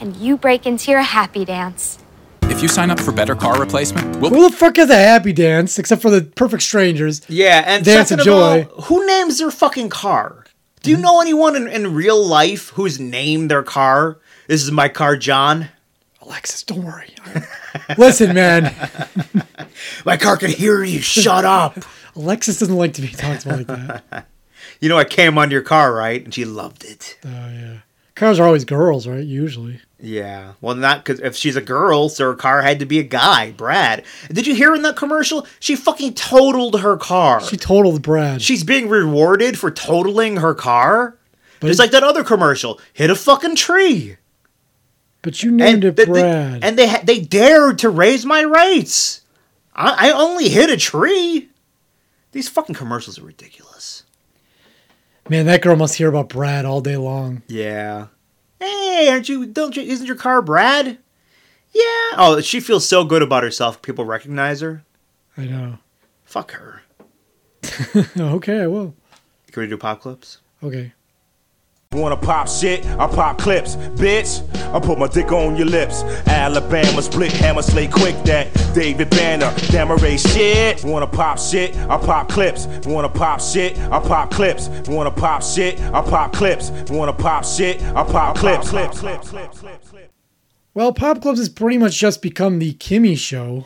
[SPEAKER 4] and you break into your happy dance.
[SPEAKER 5] If you sign up for Better Car Replacement, we'll
[SPEAKER 3] Who the fuck has a happy dance except for the perfect strangers?
[SPEAKER 2] Yeah, and
[SPEAKER 3] Dance
[SPEAKER 2] second
[SPEAKER 3] of
[SPEAKER 2] of all,
[SPEAKER 3] joy.
[SPEAKER 2] who names their fucking car? Do you know anyone in, in real life who's named their car? This is my car, John.
[SPEAKER 3] Alexis, don't worry.
[SPEAKER 2] (laughs)
[SPEAKER 3] Listen, man,
[SPEAKER 2] My car can hear
[SPEAKER 3] (laughs)
[SPEAKER 2] you. Shut up.
[SPEAKER 3] Alexis doesn't like to be talked about like that.
[SPEAKER 2] You know, I came onto your car, right? And she loved it.
[SPEAKER 3] Oh yeah, cars are always girls, right? Usually.
[SPEAKER 2] Yeah. Well, not because if she's a girl, so her car had to be a guy, Brad. Did you hear in that commercial? She fucking totaled her car.
[SPEAKER 3] She totaled Brad.
[SPEAKER 2] She's being rewarded for totaling her car.
[SPEAKER 3] But-
[SPEAKER 2] Just like that other commercial, hit a fucking tree.
[SPEAKER 3] but you named it
[SPEAKER 2] th- they-
[SPEAKER 3] Brad.
[SPEAKER 2] and they ha- they dared to raise my rates. I, I only hit a tree. These fucking commercials are ridiculous.
[SPEAKER 3] Man, that girl must hear about Brad all day long.
[SPEAKER 2] Yeah. Hey, aren't you? Don't you? Isn't your car Brad? Yeah. Oh, she feels so good about herself. People recognize her.
[SPEAKER 3] I know. (laughs)
[SPEAKER 2] Fuck her.
[SPEAKER 3] okay, I will.
[SPEAKER 2] Can we do pop clips?
[SPEAKER 3] Okay.
[SPEAKER 6] Wanna pop shit? I pop clips, bitch. I put my dick on your lips. Alabama split hammer slay quick that David Banner, Damaray shit. Wanna pop shit? I pop clips. Wanna pop shit? I pop clips. Wanna pop shit? I pop clips. Wanna pop shit? I pop clips. clips, clips, clips, clips, clips.
[SPEAKER 3] Well, Pop Clubs has pretty much just become the Kimmy show.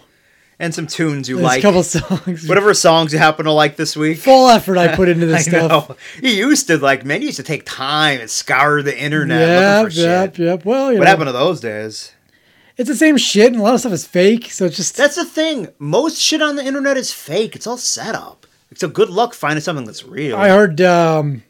[SPEAKER 2] and some tunes you
[SPEAKER 3] There's
[SPEAKER 2] like.
[SPEAKER 3] a couple songs.
[SPEAKER 2] Whatever songs you happen to like this week.
[SPEAKER 3] (laughs) Full effort I put into
[SPEAKER 2] (laughs)
[SPEAKER 3] this
[SPEAKER 2] I
[SPEAKER 3] stuff.
[SPEAKER 2] know. You used to like men used to take time and scour the internet looking
[SPEAKER 3] Yep,
[SPEAKER 2] for
[SPEAKER 3] yep,
[SPEAKER 2] shit.
[SPEAKER 3] yep. Well, you
[SPEAKER 2] What
[SPEAKER 3] know,
[SPEAKER 2] happened to those days?
[SPEAKER 3] it's the same shit, and a lot of stuff is fake. So it's just
[SPEAKER 2] That's the thing. Most shit on the internet is fake. It's all set up. So good luck finding something that's real.
[SPEAKER 3] I heard um,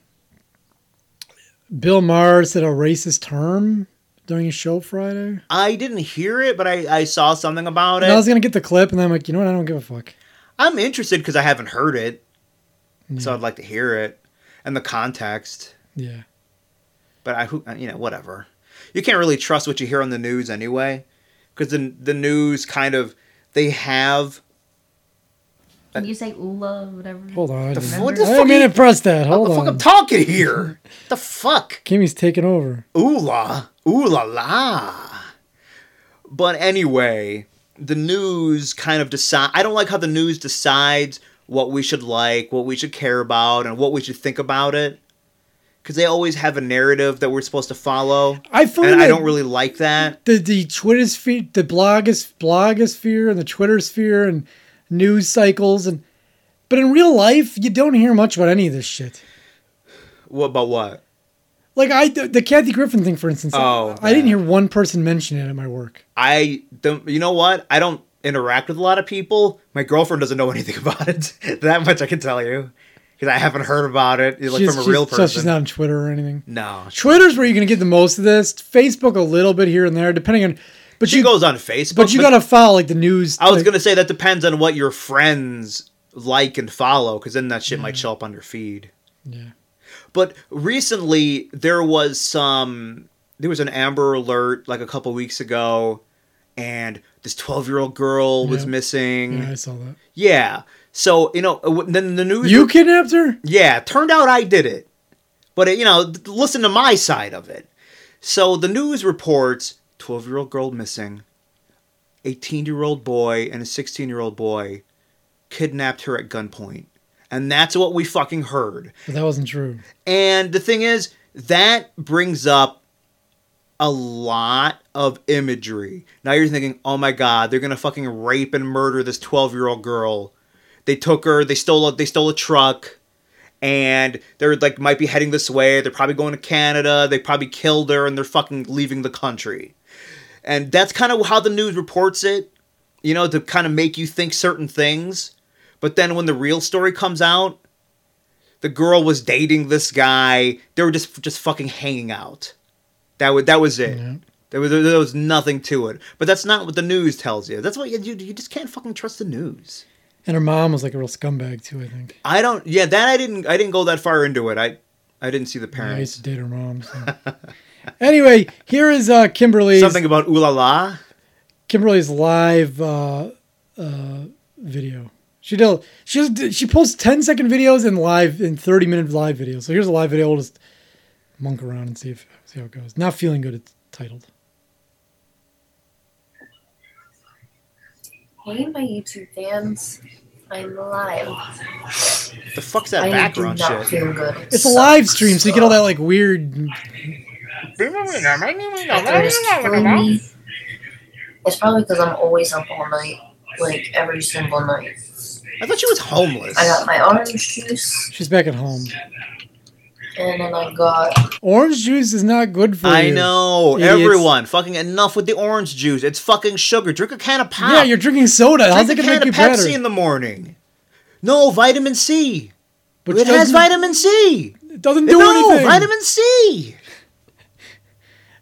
[SPEAKER 3] Bill Maher said a racist term during his show Friday.
[SPEAKER 2] I didn't hear it, but I, I saw something about
[SPEAKER 3] And I was
[SPEAKER 2] it.
[SPEAKER 3] gonna get the clip, and then I'm like, you know what? I don't give a fuck.
[SPEAKER 2] I'm interested because I haven't heard it,
[SPEAKER 3] Hmm.
[SPEAKER 2] so I'd like to hear it and the context.
[SPEAKER 3] Yeah.
[SPEAKER 2] But I, who- uh, you know, whatever. You can't really trust what you hear on the news anyway, because the the news kind of they have
[SPEAKER 7] Can you say Ula, whatever?
[SPEAKER 3] Hold on.
[SPEAKER 2] The f- what the
[SPEAKER 3] I
[SPEAKER 2] fuck
[SPEAKER 3] didn't mean
[SPEAKER 2] you-
[SPEAKER 3] to press that.
[SPEAKER 2] What
[SPEAKER 3] Hold
[SPEAKER 2] the fuck I'm
[SPEAKER 3] on.
[SPEAKER 2] talking
[SPEAKER 3] (laughs)
[SPEAKER 2] here? the fuck?
[SPEAKER 3] Kimmy's taking over.
[SPEAKER 2] Ooh la, ooh la la. But anyway, the news kind of decide. I don't like how the news decides what we should like, what we should care about, and what we should think about it. Because they always have a narrative that we're supposed to follow,
[SPEAKER 3] I find
[SPEAKER 2] and I
[SPEAKER 3] that
[SPEAKER 2] don't really like that.
[SPEAKER 3] the the Twitter sphere, the blogosphere, blogosphere, and the Twitter sphere, and news cycles, and but in real life, you don't hear much about any of this shit.
[SPEAKER 2] What about what?
[SPEAKER 3] Like I, the, the Kathy Griffin thing, for instance.
[SPEAKER 2] Oh,
[SPEAKER 3] I, I didn't
[SPEAKER 2] yeah.
[SPEAKER 3] hear one person mention it at my work.
[SPEAKER 2] I don't. You know what? I don't interact with a lot of people. My girlfriend doesn't know (laughs) anything about it. that much I can tell you, because I haven't heard about it like
[SPEAKER 3] She's-
[SPEAKER 2] from a
[SPEAKER 3] she's-
[SPEAKER 2] real
[SPEAKER 3] so
[SPEAKER 2] person.
[SPEAKER 3] she's not on Twitter or anything.
[SPEAKER 2] no,
[SPEAKER 3] Twitter's where you're gonna get the most of this. Facebook a little bit here and there, depending on. But
[SPEAKER 2] she
[SPEAKER 3] you
[SPEAKER 2] goes on Facebook.
[SPEAKER 3] But you gotta follow like the news.
[SPEAKER 2] I was
[SPEAKER 3] like-
[SPEAKER 2] gonna say that depends on what your friends like and follow, because then that shit
[SPEAKER 3] Mm.
[SPEAKER 2] might show up on your feed.
[SPEAKER 3] Yeah.
[SPEAKER 2] But recently there was some there was an Amber Alert like a couple weeks ago, and this twelve year old girl was
[SPEAKER 3] Yeah.
[SPEAKER 2] missing.
[SPEAKER 3] Yeah, I
[SPEAKER 2] Yeah.
[SPEAKER 3] saw that.
[SPEAKER 2] So you know uh, w- then the news.
[SPEAKER 3] You kidnapped her?
[SPEAKER 2] Yeah, turned out I did it. But, it, you know, th- listen to my side of it. So the news reports 12 year old girl missing, 18 year old boy, and a 16 year old boy kidnapped her at gunpoint. And that's what we fucking heard.
[SPEAKER 3] But that wasn't true.
[SPEAKER 2] And the thing is, that brings up a lot of imagery. Now you're thinking, oh my god, they're gonna fucking rape and murder this 12 year old girl. They took her, they stole a, they stole a truck, and they're like might be heading this way. They're probably going to Canada. They probably killed her, and they're fucking leaving the country. And that's kind of how the news reports it, you know, to kind of make you think certain things. But then when the real story comes out, the girl was dating this guy. They were just just fucking hanging out. That was that was it. There was there was nothing to it. But that's not what the news tells you. That's what you you, you just can't fucking trust the news.
[SPEAKER 3] And her mom was like a real scumbag too, I think.
[SPEAKER 2] I don't. Yeah, that I didn't. I didn't go that far into it. I I didn't see the
[SPEAKER 3] I
[SPEAKER 2] parents.
[SPEAKER 3] used to date her mom. so. (laughs) anyway, here is uh, Kimberly's
[SPEAKER 2] Something about ooh la la.
[SPEAKER 3] Kimberly's live uh, uh, video. She did. She just, she posts 10 second videos and live and thirty minute live videos. So here's a live video. We'll just monk around and see if see how it goes. Not feeling good. It's titled.
[SPEAKER 8] Hey, my YouTube fans. I'm alive.
[SPEAKER 2] The fuck's that
[SPEAKER 8] I do
[SPEAKER 2] background
[SPEAKER 8] not
[SPEAKER 2] shit?
[SPEAKER 8] feel good.
[SPEAKER 3] It's a live stream, so you get all that like weird.
[SPEAKER 8] It's probably because I'm always up all night, like every single night.
[SPEAKER 2] I thought she was homeless.
[SPEAKER 8] I got my orange juice,
[SPEAKER 3] She's back at home.
[SPEAKER 8] and then I got
[SPEAKER 3] Orange juice is not good for you.
[SPEAKER 2] I know
[SPEAKER 3] idiots.
[SPEAKER 2] everyone. Fucking enough with the orange juice. It's fucking sugar. Drink a can of pop.
[SPEAKER 3] Yeah, you're drinking soda. How's
[SPEAKER 2] drink a
[SPEAKER 3] that gonna
[SPEAKER 2] can
[SPEAKER 3] make
[SPEAKER 2] of
[SPEAKER 3] you
[SPEAKER 2] Pepsi
[SPEAKER 3] better?
[SPEAKER 2] in the morning. No vitamin C.
[SPEAKER 3] Which
[SPEAKER 2] it has
[SPEAKER 3] doesn't-
[SPEAKER 2] vitamin C.
[SPEAKER 3] It doesn't do
[SPEAKER 2] no,
[SPEAKER 3] anything.
[SPEAKER 2] vitamin C.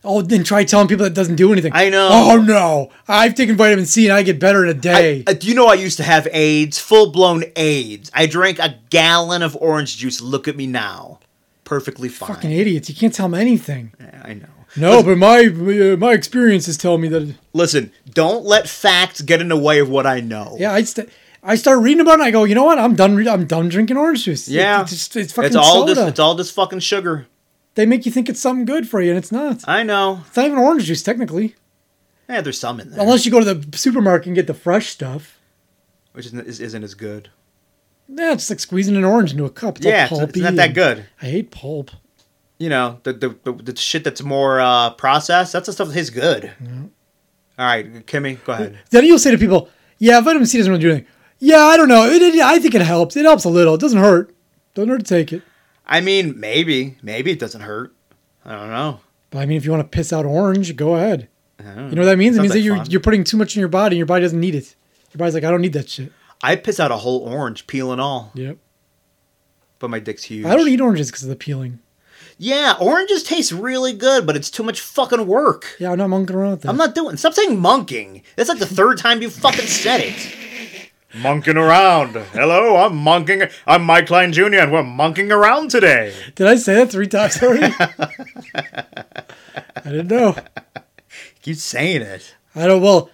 [SPEAKER 3] Oh, then try telling people that doesn't do anything.
[SPEAKER 2] I know.
[SPEAKER 3] Oh no, I've taken vitamin C and I get better in a day.
[SPEAKER 2] I- uh, you know I used to have AIDS, full blown AIDS. I drank a gallon of orange juice. Look at me now, perfectly fine.
[SPEAKER 3] Fucking idiots! You can't tell them anything.
[SPEAKER 2] I know.
[SPEAKER 3] No, but my uh, my experiences tell me that.
[SPEAKER 2] Listen, don't let facts get in the way of what I know.
[SPEAKER 3] Yeah, I st- I start reading about it. and I go, you know what? I'm done. Re- I'm done drinking orange juice. It-
[SPEAKER 2] yeah.
[SPEAKER 3] it's, just- it's fucking
[SPEAKER 2] it's all
[SPEAKER 3] soda.
[SPEAKER 2] this. It's all this fucking sugar.
[SPEAKER 3] they make you think it's something good for you, and it's not.
[SPEAKER 2] I know.
[SPEAKER 3] It's not even orange juice technically,
[SPEAKER 2] Yeah, there's some in there,
[SPEAKER 3] unless you go to the supermarket and get the fresh stuff.
[SPEAKER 2] which isn't, is- isn't as good.
[SPEAKER 3] Yeah, it's like squeezing an orange into a cup. It's all
[SPEAKER 2] yeah, it's, it's
[SPEAKER 3] pulpy
[SPEAKER 2] not that
[SPEAKER 3] and-
[SPEAKER 2] good.
[SPEAKER 3] I hate pulp.
[SPEAKER 2] You know, the the, the, the shit that's more uh, processed. That's the stuff that tastes good. All right, Kimmy, go ahead.
[SPEAKER 3] Then you'll say to people, "Yeah, vitamin C doesn't really do anything." Yeah, I don't know. It, it- I think it helps. It helps a little. It doesn't hurt. Doesn't hurt to take it.
[SPEAKER 2] I mean, maybe, maybe it doesn't hurt. I don't know.
[SPEAKER 3] But I mean, if you want to piss out orange, go ahead.
[SPEAKER 2] I don't know.
[SPEAKER 3] You know what that means? It
[SPEAKER 2] Sounds like
[SPEAKER 3] means that you're
[SPEAKER 2] fun.
[SPEAKER 3] you're putting too much in your body, and your body doesn't need it. Your body's like, I don't need that shit.
[SPEAKER 2] I piss out a whole orange, peel and all,
[SPEAKER 3] Yep.
[SPEAKER 2] but my dick's huge.
[SPEAKER 3] I don't eat oranges because of the peeling.
[SPEAKER 2] Yeah, oranges taste really good, but it's too much fucking work.
[SPEAKER 3] Yeah, I'm not monkeying around with that.
[SPEAKER 2] I'm not doing. Stop saying monking. That's like the third time you fucking said it. Monking around. Hello, I'm monking. I'm Mike Klein Jr. and we're monking around today.
[SPEAKER 3] Did I say that three
[SPEAKER 2] (laughs)
[SPEAKER 3] times already? I didn't know.
[SPEAKER 2] Keep saying it.
[SPEAKER 3] I don't. Well,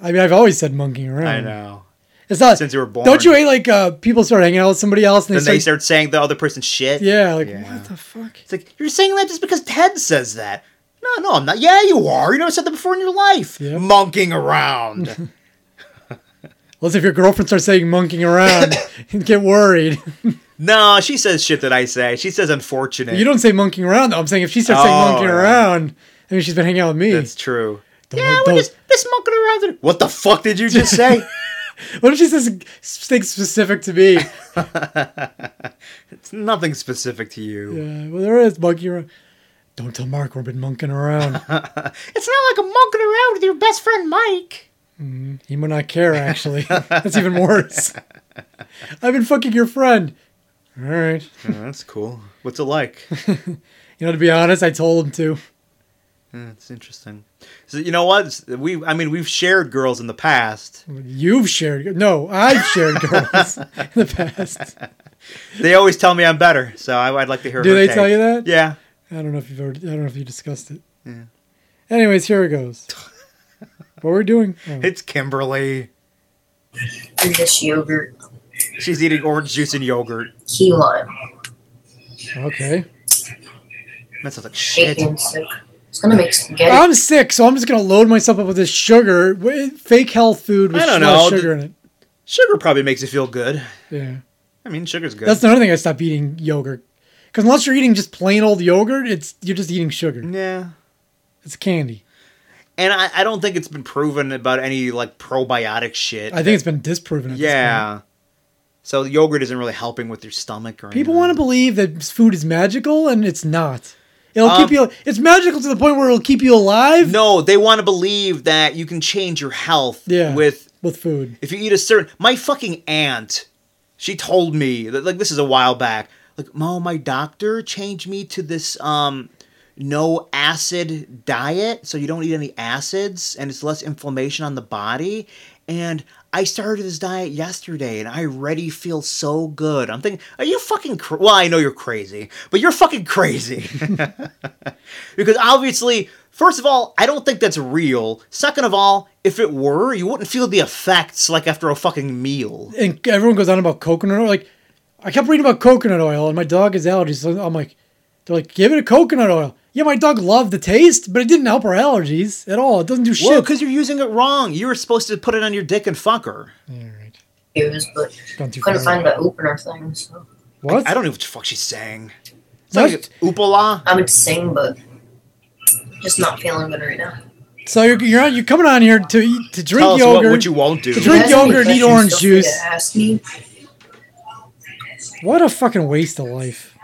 [SPEAKER 3] I mean, I've always said monkeying around.
[SPEAKER 2] I know.
[SPEAKER 3] It's not
[SPEAKER 2] Since you were born.
[SPEAKER 3] Don't you hate like uh, people start hanging out with somebody else and they,
[SPEAKER 2] Then they start
[SPEAKER 3] start,
[SPEAKER 2] saying the other person's shit.
[SPEAKER 3] Yeah, like
[SPEAKER 2] Yeah.
[SPEAKER 3] what the fuck?
[SPEAKER 2] It's like you're saying that just because Ted says that. No, no, I'm not. Yeah, you are. You never said that before in your life.
[SPEAKER 3] Yeah.
[SPEAKER 2] Monking
[SPEAKER 3] (laughs)
[SPEAKER 2] around.
[SPEAKER 3] Unless if your girlfriend starts saying monkeying
[SPEAKER 2] (coughs)
[SPEAKER 3] around, (laughs) and get worried.
[SPEAKER 2] no, she says shit that I say. She says unfortunate.
[SPEAKER 3] you don't say monkeying around though. I'm saying if she starts saying
[SPEAKER 2] Oh,
[SPEAKER 3] monkeying
[SPEAKER 2] yeah.
[SPEAKER 3] around, I mean she's been hanging out with me.
[SPEAKER 2] That's true.
[SPEAKER 3] Don't-
[SPEAKER 2] yeah, we're
[SPEAKER 3] don't-
[SPEAKER 2] just, just monking around. today. What the fuck did you just
[SPEAKER 3] (laughs)
[SPEAKER 2] say?
[SPEAKER 3] (laughs) What if she says things specific to me? (laughs)
[SPEAKER 2] it's nothing specific to you.
[SPEAKER 3] yeah, Uh, well there is monkeying around. Don't tell Mark we've been monkeying around.
[SPEAKER 2] It's not like I'm monking around with your best friend Mike.
[SPEAKER 3] (laughs) he might not care actually. (laughs) That's even worse. (laughs) I've been fucking your friend. All right.
[SPEAKER 2] Mm, that's cool. What's it
[SPEAKER 3] (laughs)
[SPEAKER 2] like?
[SPEAKER 3] You know, to be honest, I told him to.
[SPEAKER 2] That's Mm, interesting. So you know what? We, I mean, we've shared girls in the past.
[SPEAKER 3] You've shared. No, I've shared (laughs) girls in the past.
[SPEAKER 2] They always tell me I'm better, so I, would like to hear.
[SPEAKER 3] Do
[SPEAKER 2] her
[SPEAKER 3] they
[SPEAKER 2] take.
[SPEAKER 3] tell you that?
[SPEAKER 2] Yeah.
[SPEAKER 3] I don't know if you've ever, I don't know if you discussed it. Anyways, here it
[SPEAKER 2] (laughs)
[SPEAKER 3] goes. what we're doing? Oh.
[SPEAKER 2] It's Kimberly.
[SPEAKER 8] And this yogurt,
[SPEAKER 2] She's eating orange juice and yogurt.
[SPEAKER 8] key lime,
[SPEAKER 3] Okay.
[SPEAKER 2] That sounds like shit.
[SPEAKER 8] bacon sick. It's gonna make spaghetti.
[SPEAKER 3] I'm sick, so I'm just gonna load myself up with this sugar, wi- fake health food with
[SPEAKER 2] I don't
[SPEAKER 3] a lot of
[SPEAKER 2] know.
[SPEAKER 3] sugar in it.
[SPEAKER 2] Sugar probably makes you feel good.
[SPEAKER 3] Yeah.
[SPEAKER 2] I mean, sugar's good.
[SPEAKER 3] That's another thing I stopped eating yogurt. Because unless you're eating just plain old yogurt, it's you're just eating sugar.
[SPEAKER 2] yeah.
[SPEAKER 3] It's candy.
[SPEAKER 2] And I, I don't think it's been proven about any like probiotic shit.
[SPEAKER 3] I think it's been disproven. At this point.
[SPEAKER 2] yeah. So yogurt isn't really helping with your stomach or
[SPEAKER 3] People want to
[SPEAKER 2] anything.
[SPEAKER 3] believe that food is magical, and it's not. It'll keep
[SPEAKER 2] Um,
[SPEAKER 3] you. It's magical to the point where it'll keep you alive.
[SPEAKER 2] No, they want to believe that you can change your health
[SPEAKER 3] Yeah.
[SPEAKER 2] with
[SPEAKER 3] with food.
[SPEAKER 2] if you eat a certain my fucking aunt she told me that like this is a while back like mo my doctor changed me to this um no acid diet so you don't eat any acids and it's less inflammation on the body and i started this diet yesterday and i already feel so good i'm thinking are you fucking cra- well i know you're crazy but you're fucking crazy because obviously first of all i don't think that's real second of all if it were you wouldn't feel the effects like after a fucking meal
[SPEAKER 3] And everyone goes on about coconut oil. Like, I kept reading about coconut oil, and my dog has allergies. So I'm like, they're like, give it a coconut oil. Yeah, my dog loved the taste, but it didn't help her allergies at all. It doesn't do
[SPEAKER 2] well
[SPEAKER 3] shit.
[SPEAKER 2] because you're using it wrong you were supposed to put it on your dick and fuck her
[SPEAKER 8] Use, but
[SPEAKER 3] Gone too
[SPEAKER 8] couldn't
[SPEAKER 3] far.
[SPEAKER 8] find the opener thing, so
[SPEAKER 3] what?
[SPEAKER 2] i don't know what the fuck she's saying it's
[SPEAKER 3] What?
[SPEAKER 2] like oopala
[SPEAKER 8] I would sing, but just not feeling good right now.
[SPEAKER 3] so you're you're, on, you're coming on here to eat- to drink
[SPEAKER 2] tell us
[SPEAKER 3] yogurt.
[SPEAKER 2] what, what you won't do
[SPEAKER 3] To drink-
[SPEAKER 8] If you have any
[SPEAKER 3] yogurt and eat
[SPEAKER 8] questions,
[SPEAKER 3] orange
[SPEAKER 8] feel free to
[SPEAKER 3] juice.
[SPEAKER 8] Ask me.
[SPEAKER 3] What a fucking waste of life.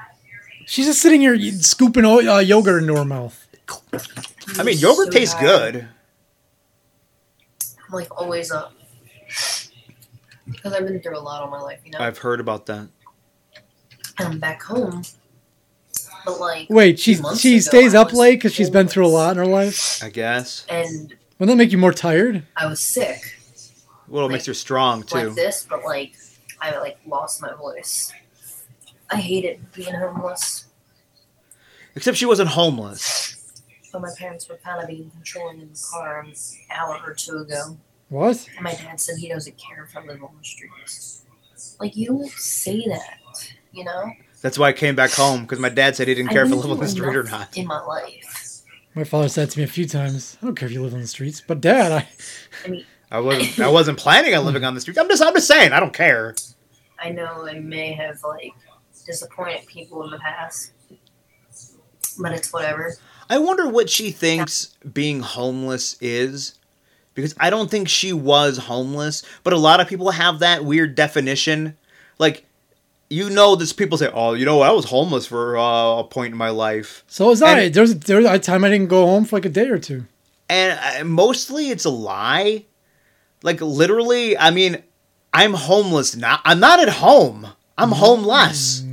[SPEAKER 3] She's just sitting here scooping o- uh, yogurt into her mouth.
[SPEAKER 2] i mean yogurt
[SPEAKER 8] So
[SPEAKER 2] tastes
[SPEAKER 8] bad.
[SPEAKER 2] good
[SPEAKER 8] I'm like always up because I've been through a lot all my life, you know.
[SPEAKER 2] i've heard about that
[SPEAKER 8] and I'm back home, but like
[SPEAKER 3] Wait, she
[SPEAKER 8] two months
[SPEAKER 3] she
[SPEAKER 8] ago,
[SPEAKER 3] stays
[SPEAKER 8] I
[SPEAKER 3] up
[SPEAKER 8] was
[SPEAKER 3] late because she's been through a
[SPEAKER 8] homeless,
[SPEAKER 3] lot in her life.
[SPEAKER 2] i guess
[SPEAKER 8] and
[SPEAKER 3] Wouldn't that make you more tired?
[SPEAKER 8] I was sick
[SPEAKER 2] well it makes her strong too
[SPEAKER 8] like this, but like I like lost my voice. I hated being homeless,
[SPEAKER 2] except she wasn't homeless
[SPEAKER 8] but my parents were kind of being controlling in the car an hour or two ago.
[SPEAKER 3] What?
[SPEAKER 8] And my dad said he doesn't care if I live on the streets. Like you don't say that, you know.
[SPEAKER 2] That's why I came back home because my dad said he didn't
[SPEAKER 8] I
[SPEAKER 2] care if I
[SPEAKER 8] knew
[SPEAKER 2] lived on the street or
[SPEAKER 8] enough
[SPEAKER 2] not.
[SPEAKER 8] In my life,
[SPEAKER 3] My father said to me a few times, "I don't care if you live on the streets, but Dad, I
[SPEAKER 8] I mean,
[SPEAKER 2] I wasn't. I wasn't planning on living on the street. I'm just. I'm just saying. I don't care.
[SPEAKER 8] I know I may have like disappointed people in the past, but it's whatever.
[SPEAKER 2] I wonder what she thinks being homeless is because I don't think she was homeless, but a lot of people have that weird definition. Like, you know, this people say, oh, you know, I was homeless for uh, a point in my life.
[SPEAKER 3] So was I.
[SPEAKER 2] And-
[SPEAKER 3] There was, there was a time I didn't go home for like a day or two.
[SPEAKER 2] And uh, mostly it's a lie. Like, literally, I mean, I'm homeless now. I'm not at home. I'm homeless.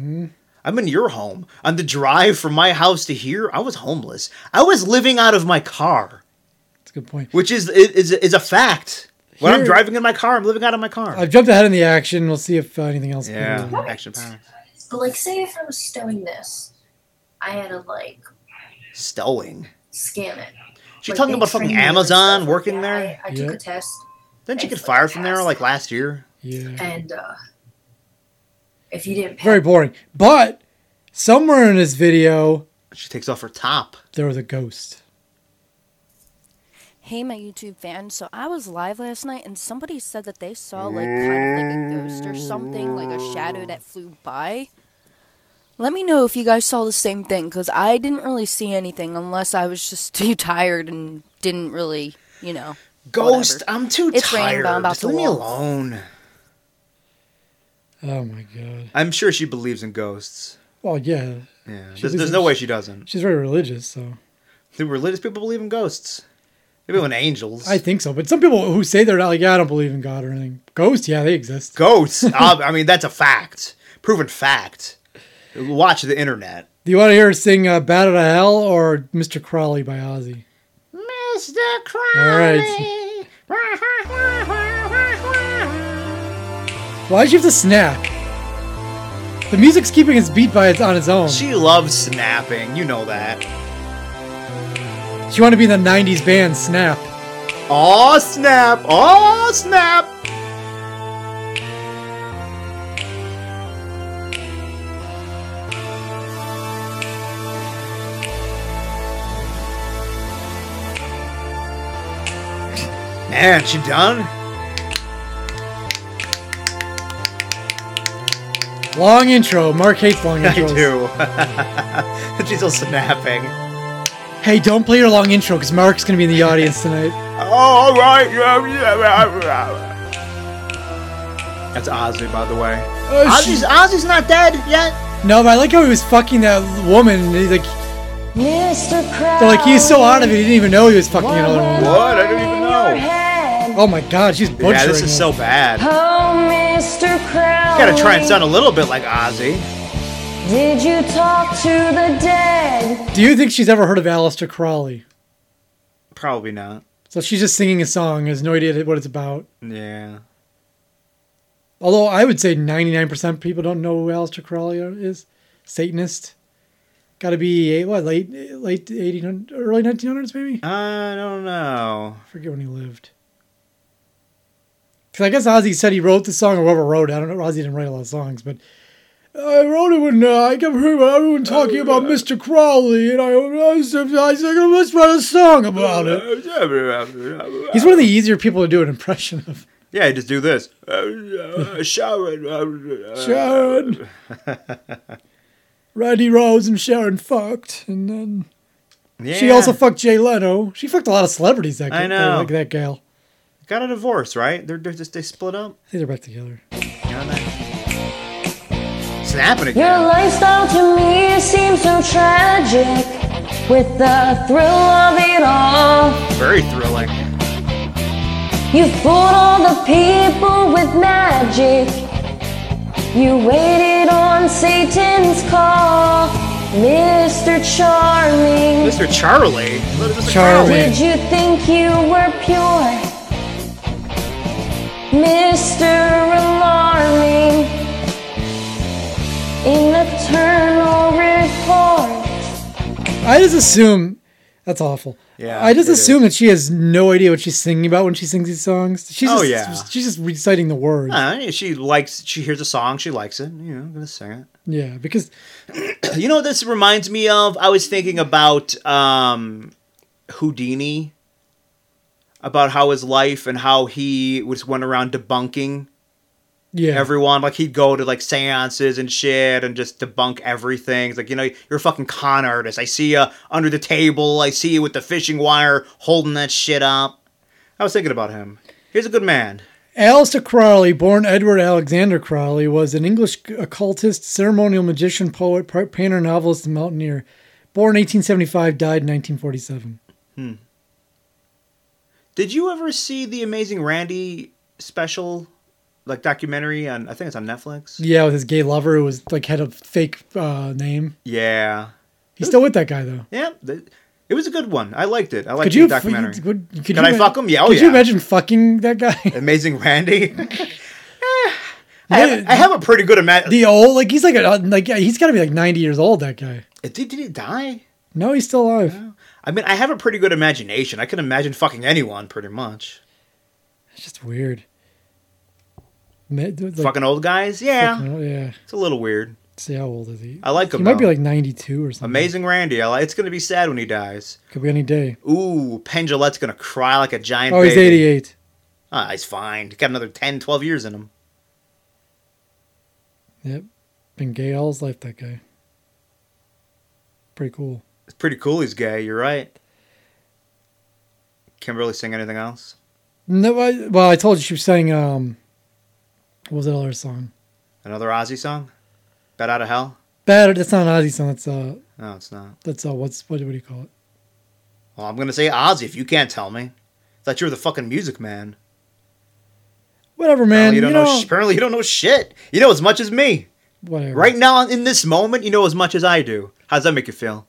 [SPEAKER 2] I'm in your home. On the drive from my house to here, I was homeless. I was living out of my car.
[SPEAKER 3] That's a good point.
[SPEAKER 2] which is is is a fact. When I'm
[SPEAKER 3] Here-
[SPEAKER 2] driving in my car, I'm living out of my car.
[SPEAKER 3] I've jumped ahead in the action. We'll see if uh, anything else.
[SPEAKER 2] yeah,
[SPEAKER 3] comes up.
[SPEAKER 2] action power.
[SPEAKER 8] But like, say if I was stowing this, I had to like
[SPEAKER 2] Stowing.
[SPEAKER 8] scan it.
[SPEAKER 2] She
[SPEAKER 8] Like,
[SPEAKER 2] talking
[SPEAKER 8] they
[SPEAKER 2] about fucking
[SPEAKER 8] train you and
[SPEAKER 2] Amazon
[SPEAKER 8] stuff.
[SPEAKER 2] working
[SPEAKER 8] Yeah,
[SPEAKER 2] there.
[SPEAKER 8] I, I took
[SPEAKER 3] Yep.
[SPEAKER 8] a test
[SPEAKER 2] Then she
[SPEAKER 8] it's
[SPEAKER 2] get fired from there
[SPEAKER 8] fantastic.
[SPEAKER 2] like last year.
[SPEAKER 3] Yeah.
[SPEAKER 8] and uh, if you didn't pay,
[SPEAKER 3] Very boring. But somewhere in this video,
[SPEAKER 2] She takes off her top.
[SPEAKER 3] there was a ghost.
[SPEAKER 9] Hey, my YouTube fans. So I was live last night, and somebody said that they saw like kind of like a ghost or something, like a shadow that flew by. Let me know if you guys saw the same thing, because I didn't really see anything, unless I was just (laughs) too tired and didn't really, you know.
[SPEAKER 2] Ghost,
[SPEAKER 9] whatever.
[SPEAKER 2] I'm too
[SPEAKER 9] It's raining,
[SPEAKER 2] tired.
[SPEAKER 9] but I'm about
[SPEAKER 2] Just
[SPEAKER 9] to
[SPEAKER 2] leave me
[SPEAKER 9] walk.
[SPEAKER 2] alone.
[SPEAKER 3] Oh my god.
[SPEAKER 2] I'm sure she believes in ghosts.
[SPEAKER 3] Well, yeah.
[SPEAKER 2] Yeah, there's,
[SPEAKER 3] She
[SPEAKER 2] there's
[SPEAKER 3] believes
[SPEAKER 2] no
[SPEAKER 3] in-
[SPEAKER 2] way she doesn't.
[SPEAKER 3] She's very religious, so
[SPEAKER 2] The religious people believe in ghosts. They believe in angels.
[SPEAKER 3] I think so. But some people who say they're not like, yeah, I don't believe in God or anything. Ghosts, yeah, they exist.
[SPEAKER 2] ghosts. ob- I mean, that's a fact. Proven fact. Watch the internet.
[SPEAKER 3] Do you want to hear her sing uh, "Bad to Hell" or "Mr. Crawley" by Ozzy?
[SPEAKER 2] Mr.
[SPEAKER 3] All
[SPEAKER 2] Crowley.
[SPEAKER 3] right. Why would you have to snap? The music's keeping its beat by its on its own.
[SPEAKER 2] She loves snapping. You know that.
[SPEAKER 3] She wanted to be in the '90s band Snap.
[SPEAKER 2] Oh snap! Oh snap! Man, she done?
[SPEAKER 3] Long intro. Mark hates
[SPEAKER 2] (laughs)
[SPEAKER 3] long
[SPEAKER 2] I
[SPEAKER 3] intros.
[SPEAKER 2] do. (laughs) She's still snapping.
[SPEAKER 3] Hey, don't play your long intro because Mark's gonna be in the
[SPEAKER 2] (laughs)
[SPEAKER 3] audience tonight.
[SPEAKER 2] Oh, all right. yeah, yeah, yeah, yeah. That's Ozzy, by the way.
[SPEAKER 3] Oh, she-
[SPEAKER 2] Ozzy's, Ozzy's not dead yet.
[SPEAKER 3] no, but I like how he was fucking that woman. And he's like, they're like he's so out of it, he didn't even know he was fucking another woman.
[SPEAKER 2] What? I don't even know.
[SPEAKER 3] Oh my god, she's butchering.
[SPEAKER 2] Yeah, this is
[SPEAKER 3] him.
[SPEAKER 2] so bad.
[SPEAKER 10] Oh, Mr. Crowley.
[SPEAKER 2] Gotta try and sound a little bit like Ozzy.
[SPEAKER 10] Did you talk to the dead?
[SPEAKER 3] Do you think she's ever heard of Aleister Crowley?
[SPEAKER 2] Probably not.
[SPEAKER 3] So she's just singing a song, has no idea what it's about.
[SPEAKER 2] Yeah.
[SPEAKER 3] Although I would say 99% of people don't know who Aleister Crowley is. Satanist. Got to be, eh, what, late late 1800s, early 1900s maybe?
[SPEAKER 2] I don't know.
[SPEAKER 3] I forget when he lived. Because I guess Ozzy said he wrote the song, or whoever wrote it. I don't know. Ozzy didn't write a lot of songs, but I wrote it when uh, I kept hearing everyone talking about Mr. Crowley, and I, I said, I said, let's write a song about it. He's one of the easier people to do an impression of.
[SPEAKER 2] Yeah, just do this. Sharon.
[SPEAKER 3] Sharon. (laughs) Randy Rose and Sharon fucked, and then
[SPEAKER 2] Yeah.
[SPEAKER 3] she also fucked Jay Leno. She fucked a lot of celebrities. That
[SPEAKER 2] I
[SPEAKER 3] g-
[SPEAKER 2] know.
[SPEAKER 3] like that gal.
[SPEAKER 2] got a divorce, right? They're, they're just they split up.
[SPEAKER 3] I think they're back together.
[SPEAKER 2] Yeah, nice. Snapping
[SPEAKER 10] Your
[SPEAKER 2] again.
[SPEAKER 10] lifestyle to me seems so tragic with the thrill of it all.
[SPEAKER 2] Very thrilling.
[SPEAKER 10] You fooled all the people with magic. You waited on Satan's call, Mr. Charming.
[SPEAKER 2] Mr. Charlie. Look, Mr.
[SPEAKER 3] Charlie.
[SPEAKER 10] Did you think you were pure? Mr. Alarming in eternal report.
[SPEAKER 3] I just assume that's awful.
[SPEAKER 2] Yeah,
[SPEAKER 3] I just
[SPEAKER 2] it is.
[SPEAKER 3] assume that she has no idea what she's singing about when she sings these songs. She's
[SPEAKER 2] Oh,
[SPEAKER 3] just,
[SPEAKER 2] yeah.
[SPEAKER 3] she's just reciting the words.
[SPEAKER 2] Uh, she likes. She hears a song. She likes it. You know, gonna sing it.
[SPEAKER 3] Yeah, because
[SPEAKER 2] you know what this reminds me of? I was thinking about um, Houdini, about how his life and how he was went around debunking
[SPEAKER 3] yeah,
[SPEAKER 2] everyone. Like he'd go to like seances and shit and just debunk everything. It's like, you know, you're a fucking con artist. I see you under the table. I see you with the fishing wire holding that shit up. I was thinking about him. He's a good man.
[SPEAKER 3] Alistair Crowley, born Edward Alexander Crowley, was an English occultist, ceremonial magician, poet, par- painter, novelist, and mountaineer. Born 1875, died 1947.
[SPEAKER 2] Did you ever see the Amazing Randy special, like documentary on? I think it's on Netflix.
[SPEAKER 3] Yeah, with his gay lover who was like had a fake uh, name.
[SPEAKER 2] Yeah,
[SPEAKER 3] He's still with that guy though.
[SPEAKER 2] yeah. th- it was a good one. I liked it. I liked
[SPEAKER 3] Could
[SPEAKER 2] the
[SPEAKER 3] you
[SPEAKER 2] documentary.
[SPEAKER 3] Could, could you
[SPEAKER 2] Can I
[SPEAKER 3] ima-
[SPEAKER 2] fuck him? Yeah, oh
[SPEAKER 3] could you
[SPEAKER 2] yeah.
[SPEAKER 3] imagine fucking
[SPEAKER 2] (laughs)
[SPEAKER 3] that guy? (laughs)
[SPEAKER 2] Amazing Randy. Eh, I, have, I have a pretty good ima-
[SPEAKER 3] The old like he's like a, like he's got to be like 90 years old. That guy.
[SPEAKER 2] Did, did he die?
[SPEAKER 3] No, he's still alive.
[SPEAKER 2] I mean, I have a pretty good imagination. I can imagine fucking anyone, pretty much.
[SPEAKER 3] It's just weird. Ma- like,
[SPEAKER 2] fucking old guys, yeah.
[SPEAKER 3] fucking- yeah.
[SPEAKER 2] It's a little weird.
[SPEAKER 3] See how old is he?
[SPEAKER 2] I like
[SPEAKER 3] He
[SPEAKER 2] him.
[SPEAKER 3] might be
[SPEAKER 2] though.
[SPEAKER 3] like 92 or something.
[SPEAKER 2] Amazing Randy. I like, it's gonna be sad when he dies.
[SPEAKER 3] Could be any day.
[SPEAKER 2] Ooh, Pendulette's gonna cry like a giant.
[SPEAKER 3] oh, he's
[SPEAKER 2] baby.
[SPEAKER 3] 88.
[SPEAKER 2] Ah, he's fine. He's got another 10, 12 years in him.
[SPEAKER 3] Yep. Been gay all his life, that guy. Pretty cool.
[SPEAKER 2] It's pretty cool. He's gay. You're right. Can't really sing anything else.
[SPEAKER 3] No, I, well, I told you she was saying, um, what was that other song?
[SPEAKER 2] Another Ozzy song. Bet out of hell.
[SPEAKER 3] Bad. That's not an Ozzy song. That's, uh,
[SPEAKER 2] No, it's not.
[SPEAKER 3] that's, uh, what's, what, what do you call it?
[SPEAKER 2] Well, I'm gonna say Ozzy if you can't tell me. I thought you were the fucking music man.
[SPEAKER 3] Whatever,
[SPEAKER 2] Apparently
[SPEAKER 3] man.
[SPEAKER 2] you don't know.
[SPEAKER 3] know,
[SPEAKER 2] sh- Apparently you don't know shit. You know as much as me.
[SPEAKER 3] whatever.
[SPEAKER 2] Right now, in this moment, you know as much as I do. How does that make you feel?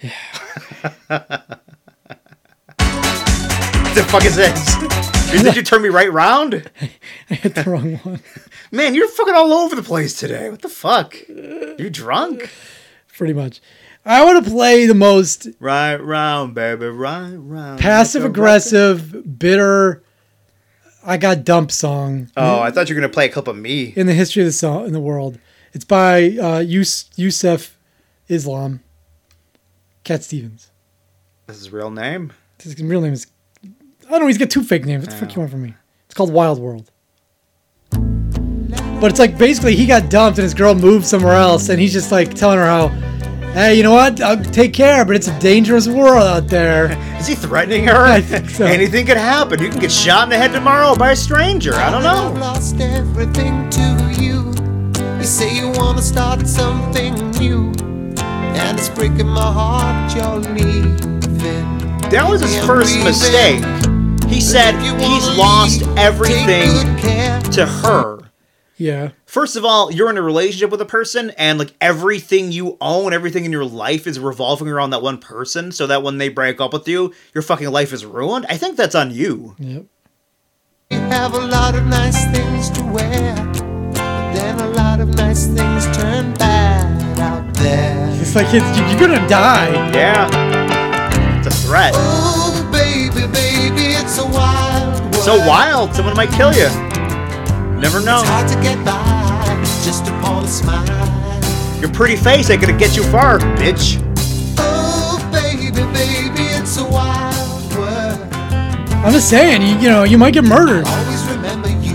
[SPEAKER 2] Yeah. (laughs) the fuck is
[SPEAKER 3] (laughs)
[SPEAKER 2] this? You- Did you turn me right round?
[SPEAKER 3] I hit
[SPEAKER 2] (laughs)
[SPEAKER 3] the wrong one. (laughs)
[SPEAKER 2] Man, you're fucking all over the place today. What the fuck? You
[SPEAKER 3] (laughs)
[SPEAKER 2] drunk?
[SPEAKER 3] Pretty much. I want to play the most
[SPEAKER 2] Right round, baby. Right round.
[SPEAKER 3] passive aggressive, bitter, I got dumped song
[SPEAKER 2] Oh, I thought you were gonna play a clip of me.
[SPEAKER 3] in the history of the song in the world. It's by uh, Yus- Yusef Islam, Cat Stevens.
[SPEAKER 2] That's his real name.
[SPEAKER 3] His real name is I don't know. He's got two fake names. What the fuck you want from me? It's called Wild World. But it's like basically he got dumped and his girl moved somewhere else, and he's just like telling her how, hey, you know what? I'll take care, but it's a dangerous world out there. (laughs)
[SPEAKER 2] Is he threatening her?
[SPEAKER 3] I think so.
[SPEAKER 2] Anything could happen. You can get shot in the head tomorrow by a stranger. I don't know.
[SPEAKER 11] lost everything to you. You say you want to start something new, and it's breaking my heart you're leaving.
[SPEAKER 2] That was his first mistake. He said he's lost everything to her.
[SPEAKER 3] Yeah,
[SPEAKER 2] First of all, you're in a relationship with a person, and like everything you own, everything in your life is revolving around that one person, so that when they break up with you, your fucking life is ruined. I think that's on you.
[SPEAKER 3] yep.
[SPEAKER 11] You have a lot of nice things to wear, but then a lot of nice things turn bad out there.
[SPEAKER 3] It's like it's, you're gonna die.
[SPEAKER 2] Yeah. It's a threat.
[SPEAKER 11] Oh, baby, baby, it's a wild world.
[SPEAKER 2] So wild, someone might kill you. Never
[SPEAKER 11] It's
[SPEAKER 2] know.
[SPEAKER 11] hard to get by just upon a smile.
[SPEAKER 2] Your pretty face ain't gonna get you far, bitch.
[SPEAKER 11] Oh, baby, baby, it's a wild world.
[SPEAKER 3] I'm just saying, you, you know, you might get murdered.
[SPEAKER 11] Always remember you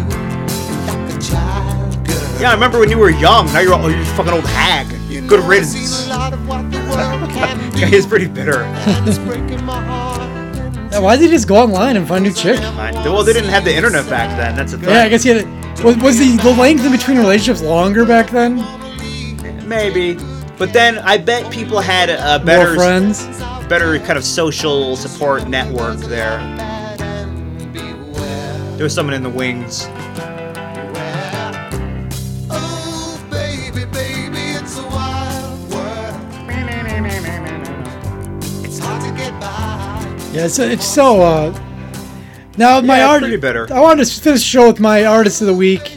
[SPEAKER 11] like a child girl.
[SPEAKER 2] Yeah, I remember when you were young. Now you're all you're a fucking old hag. Good
[SPEAKER 11] I've
[SPEAKER 2] riddance.
[SPEAKER 11] seen a lot of what the world can
[SPEAKER 2] (laughs)
[SPEAKER 11] do.
[SPEAKER 2] Guy is pretty bitter.
[SPEAKER 11] and it's breaking my heart.
[SPEAKER 3] Yeah, Why did he just go online and find a new chick?
[SPEAKER 2] I- Well, they didn't have the internet back then. That's the thing.
[SPEAKER 3] Yeah, I guess he had. A, was was the, the length in between relationships longer back then?
[SPEAKER 2] Maybe. But then I bet people had a a
[SPEAKER 3] More
[SPEAKER 2] better,
[SPEAKER 3] friends.
[SPEAKER 2] better kind of social support network there. There was someone in the wings.
[SPEAKER 11] Oh, baby, baby, it's a wild world. It's hard to get by.
[SPEAKER 3] Yeah, so it's so. uh Now my
[SPEAKER 2] Yeah,
[SPEAKER 3] art.
[SPEAKER 2] pretty bitter.
[SPEAKER 3] I wanted to finish the show with my artist of the week.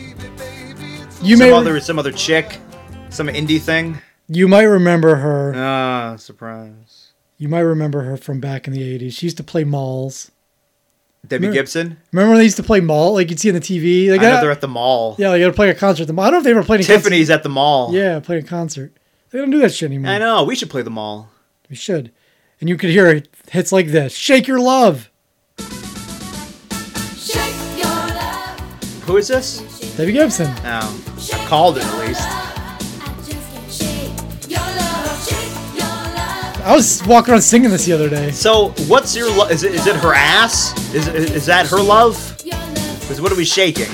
[SPEAKER 3] You
[SPEAKER 2] Some
[SPEAKER 3] may
[SPEAKER 2] other, some other chick, some indie thing.
[SPEAKER 3] you might remember her.
[SPEAKER 2] Ah, surprise.
[SPEAKER 3] You might remember her from back in the '80s. She used to play malls.
[SPEAKER 2] Debbie
[SPEAKER 3] Remember-
[SPEAKER 2] Gibson.
[SPEAKER 3] Remember when they used to play mall? Like you'd see on the TV. Like
[SPEAKER 2] I know
[SPEAKER 3] that-
[SPEAKER 2] they're at the mall.
[SPEAKER 3] yeah, like they'd play a concert at the mall. I don't know if they ever played a
[SPEAKER 2] Tiffany's at the mall.
[SPEAKER 3] concert. Yeah, play a concert. They don't do that shit anymore.
[SPEAKER 2] I know. We should play the mall.
[SPEAKER 3] We should. And you could hear hits like this: "Shake Your Love,"
[SPEAKER 2] Who is this?
[SPEAKER 3] Debbie Gibson.
[SPEAKER 2] No, I called it at least.
[SPEAKER 3] I was walking around singing this the other day.
[SPEAKER 2] So, what's your love? Is it, is it her ass? Is, is is that her love? Because what are we shaking?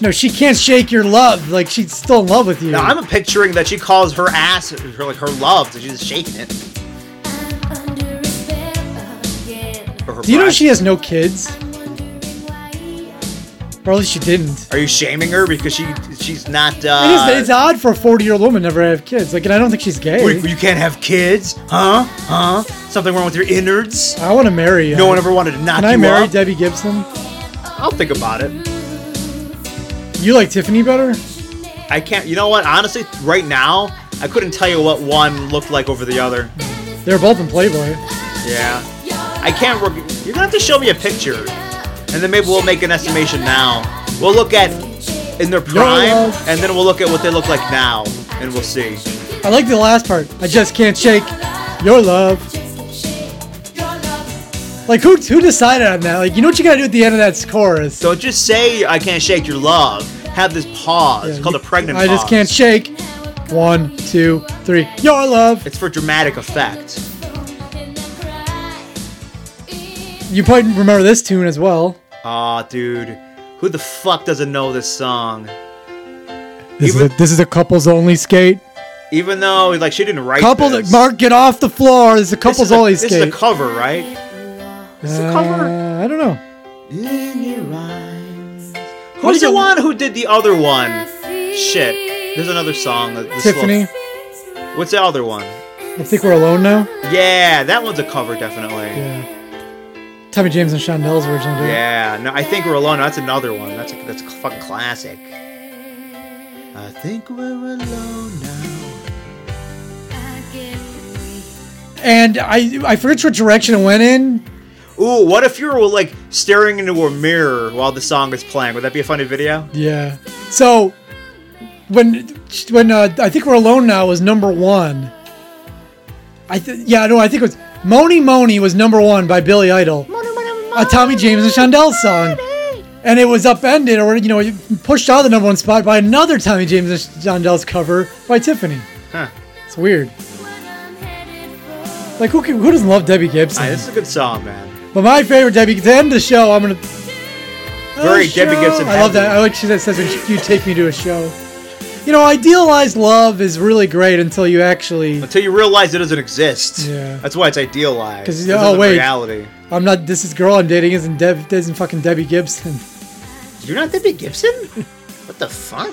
[SPEAKER 3] No, she can't shake your love. Like she's still in love with you.
[SPEAKER 2] Now I'm picturing that she calls her ass her like her love, so she's just shaking it. Or her
[SPEAKER 3] do you know
[SPEAKER 2] breasts.
[SPEAKER 3] she has no kids? Or at least she didn't.
[SPEAKER 2] Are you shaming her because she she's not?
[SPEAKER 3] It
[SPEAKER 2] Uh,
[SPEAKER 3] is, it's odd for a 40 year old woman to never have kids. Like, and I don't think she's gay.
[SPEAKER 2] Wait, you can't have kids, huh? Huh? Something wrong with your innards?
[SPEAKER 3] I want to marry you.
[SPEAKER 2] No one ever wanted to knock
[SPEAKER 3] Can I
[SPEAKER 2] you
[SPEAKER 3] marry
[SPEAKER 2] up.
[SPEAKER 3] Debbie Gibson?
[SPEAKER 2] I'll think about it.
[SPEAKER 3] You like Tiffany better?
[SPEAKER 2] I can't. You know what? Honestly, right now, I couldn't tell you what one looked like over the other.
[SPEAKER 3] They're both in Playboy.
[SPEAKER 2] Yeah. I can't. Re- You're gonna have to show me a picture, and then maybe we'll make an estimation now. We'll look at in their prime,
[SPEAKER 3] love.
[SPEAKER 2] and then we'll look at what they look like now, and we'll see.
[SPEAKER 3] I like the last part. I just can't shake your love. Like who who decided on that? Like you know what you gotta do at the end of that chorus.
[SPEAKER 2] Don't just say I can't shake your love. Have this pause. it's called a pregnant
[SPEAKER 3] I
[SPEAKER 2] pause.
[SPEAKER 3] just can't shake. One, two, three. Your love.
[SPEAKER 2] It's for dramatic effect.
[SPEAKER 3] You probably remember this tune as well.
[SPEAKER 2] Aw, dude. Who the fuck doesn't know this song?
[SPEAKER 3] This is a, this is a couples only skate.
[SPEAKER 2] Even though, like, she didn't write
[SPEAKER 3] Couple,
[SPEAKER 2] this.
[SPEAKER 3] Mark, get off the floor. This is a
[SPEAKER 2] This
[SPEAKER 3] couples
[SPEAKER 2] is a-
[SPEAKER 3] only
[SPEAKER 2] This is a
[SPEAKER 3] skate.
[SPEAKER 2] cover, right?
[SPEAKER 3] Uh, I don't know.
[SPEAKER 2] Who's the one who did the other one? Shit. There's another song. that- the slow-
[SPEAKER 3] Tiffany.
[SPEAKER 2] What's the other one?
[SPEAKER 3] I think we're alone now.
[SPEAKER 2] Yeah, that one's a cover, definitely.
[SPEAKER 3] Yeah. Tommy James and Shondelle's original
[SPEAKER 2] Yeah.
[SPEAKER 3] dude.
[SPEAKER 2] No, I think we're alone. That's another one. That's a, that's a fucking classic. I think we're alone now.
[SPEAKER 3] And I I forget what direction it went in.
[SPEAKER 2] Ooh, what if you're like staring into a mirror while the song is playing? Would that be a funny video?
[SPEAKER 3] Yeah. So when when uh, I think we're alone now was number one. I th- yeah no I think it was Moni Moni was number one by Billy Idol, a Tommy James and Shondell song, and it was upended or you know pushed out of the number one spot by another Tommy James and Shondell's cover by Tiffany.
[SPEAKER 2] Huh.
[SPEAKER 3] It's weird. Like who can, who doesn't love Debbie Gibson?
[SPEAKER 2] Aye, this is a good song, man.
[SPEAKER 3] But my favorite Debbie to end the show, I'm gonna.
[SPEAKER 2] Very
[SPEAKER 3] A
[SPEAKER 2] Debbie
[SPEAKER 3] show-
[SPEAKER 2] Gibson
[SPEAKER 3] I love that. I like she that says you take me to a show. You know, idealized love is really great until you actually.
[SPEAKER 2] Until you realize it doesn't exist.
[SPEAKER 3] Yeah.
[SPEAKER 2] That's why it's idealized.
[SPEAKER 3] 'Cause,
[SPEAKER 2] This
[SPEAKER 3] oh,
[SPEAKER 2] isn't
[SPEAKER 3] wait.
[SPEAKER 2] Reality.
[SPEAKER 3] I'm not. This is girl I'm dating isn't Deb isn't fucking Debbie Gibson. (laughs)
[SPEAKER 2] You're not Debbie Gibson? (laughs) what the fuck?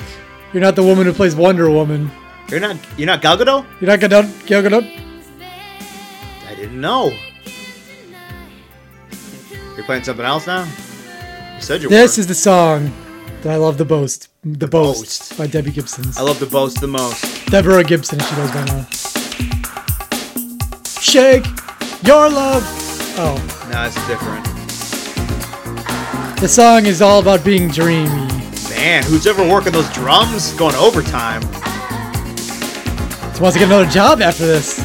[SPEAKER 3] You're not the woman who plays Wonder Woman.
[SPEAKER 2] You're not you're not Gal Gadot?
[SPEAKER 3] You're not gonna you're gonna.
[SPEAKER 2] I didn't know. You're playing something else now? You said you
[SPEAKER 3] This
[SPEAKER 2] were.
[SPEAKER 3] is the song that I love the most. The, boast,
[SPEAKER 2] Boast.
[SPEAKER 3] by Debbie Gibson.
[SPEAKER 2] I love the boast the most.
[SPEAKER 3] Deborah Gibson, if she goes by now. Shake your love. Oh.
[SPEAKER 2] No, it's different.
[SPEAKER 3] The song is all about being dreamy.
[SPEAKER 2] Man, who's ever working those drums going overtime?
[SPEAKER 3] She wants to get another job after this.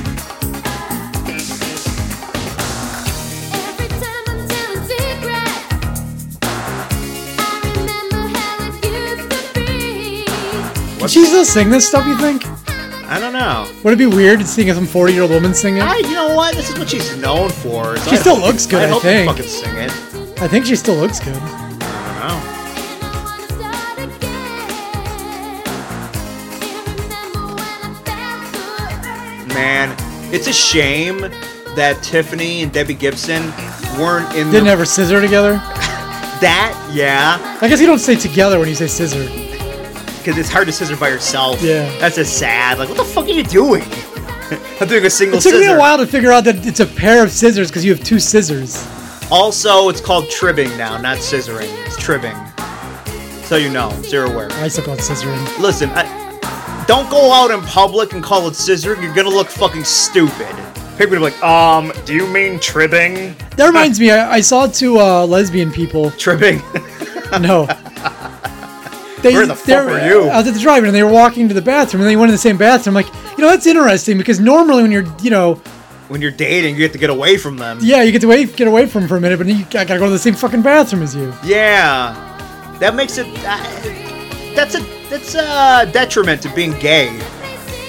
[SPEAKER 3] Would she still sing this stuff, you think?
[SPEAKER 2] I don't know.
[SPEAKER 3] Would it be weird seeing some 40 year old woman sing it?
[SPEAKER 2] I, you know what? This is what she's known for. so
[SPEAKER 3] She
[SPEAKER 2] I
[SPEAKER 3] still
[SPEAKER 2] hope-
[SPEAKER 3] looks good, I
[SPEAKER 2] hope they
[SPEAKER 3] think.
[SPEAKER 2] fucking sing it.
[SPEAKER 3] I think she still looks good.
[SPEAKER 2] I don't know. Man, it's a shame that Tiffany and Debbie Gibson weren't in
[SPEAKER 3] Didn't
[SPEAKER 2] the,
[SPEAKER 3] ever scissor together?
[SPEAKER 2] that. Yeah,
[SPEAKER 3] I guess you don't say together when you say scissor.
[SPEAKER 2] because it's hard to scissor by yourself.
[SPEAKER 3] Yeah.
[SPEAKER 2] that's just sad. Like, what the fuck are you doing? (laughs) I'm doing a single
[SPEAKER 3] It took
[SPEAKER 2] scissor.
[SPEAKER 3] me a while to figure out that it's a pair of scissors because you have two scissors.
[SPEAKER 2] Also, it's called tribbing now, not scissoring. It's tribbing. So you know, so you're aware.
[SPEAKER 3] I still call it scissoring.
[SPEAKER 2] Listen, I, don't go out in public and call it scissoring. You're gonna look fucking stupid.
[SPEAKER 12] Pig would be like, um, do you mean tribbing?
[SPEAKER 3] That reminds me, I, I saw two uh, lesbian people
[SPEAKER 2] tripping.
[SPEAKER 12] (laughs)
[SPEAKER 3] no.
[SPEAKER 12] Where the fuck
[SPEAKER 3] they're-
[SPEAKER 12] were you?
[SPEAKER 3] I was at the drive-in, and they were walking to the bathroom, and they went in the same bathroom. I'm like, you know, that's interesting because normally when you're, you know,
[SPEAKER 2] (laughs) When you're dating, you have to get away from them.
[SPEAKER 3] yeah, you get to wait, get away from 'em for a minute, but you, I gotta go to the same fucking bathroom as you.
[SPEAKER 2] Yeah, that makes it. Uh, that's a that's a detriment to being gay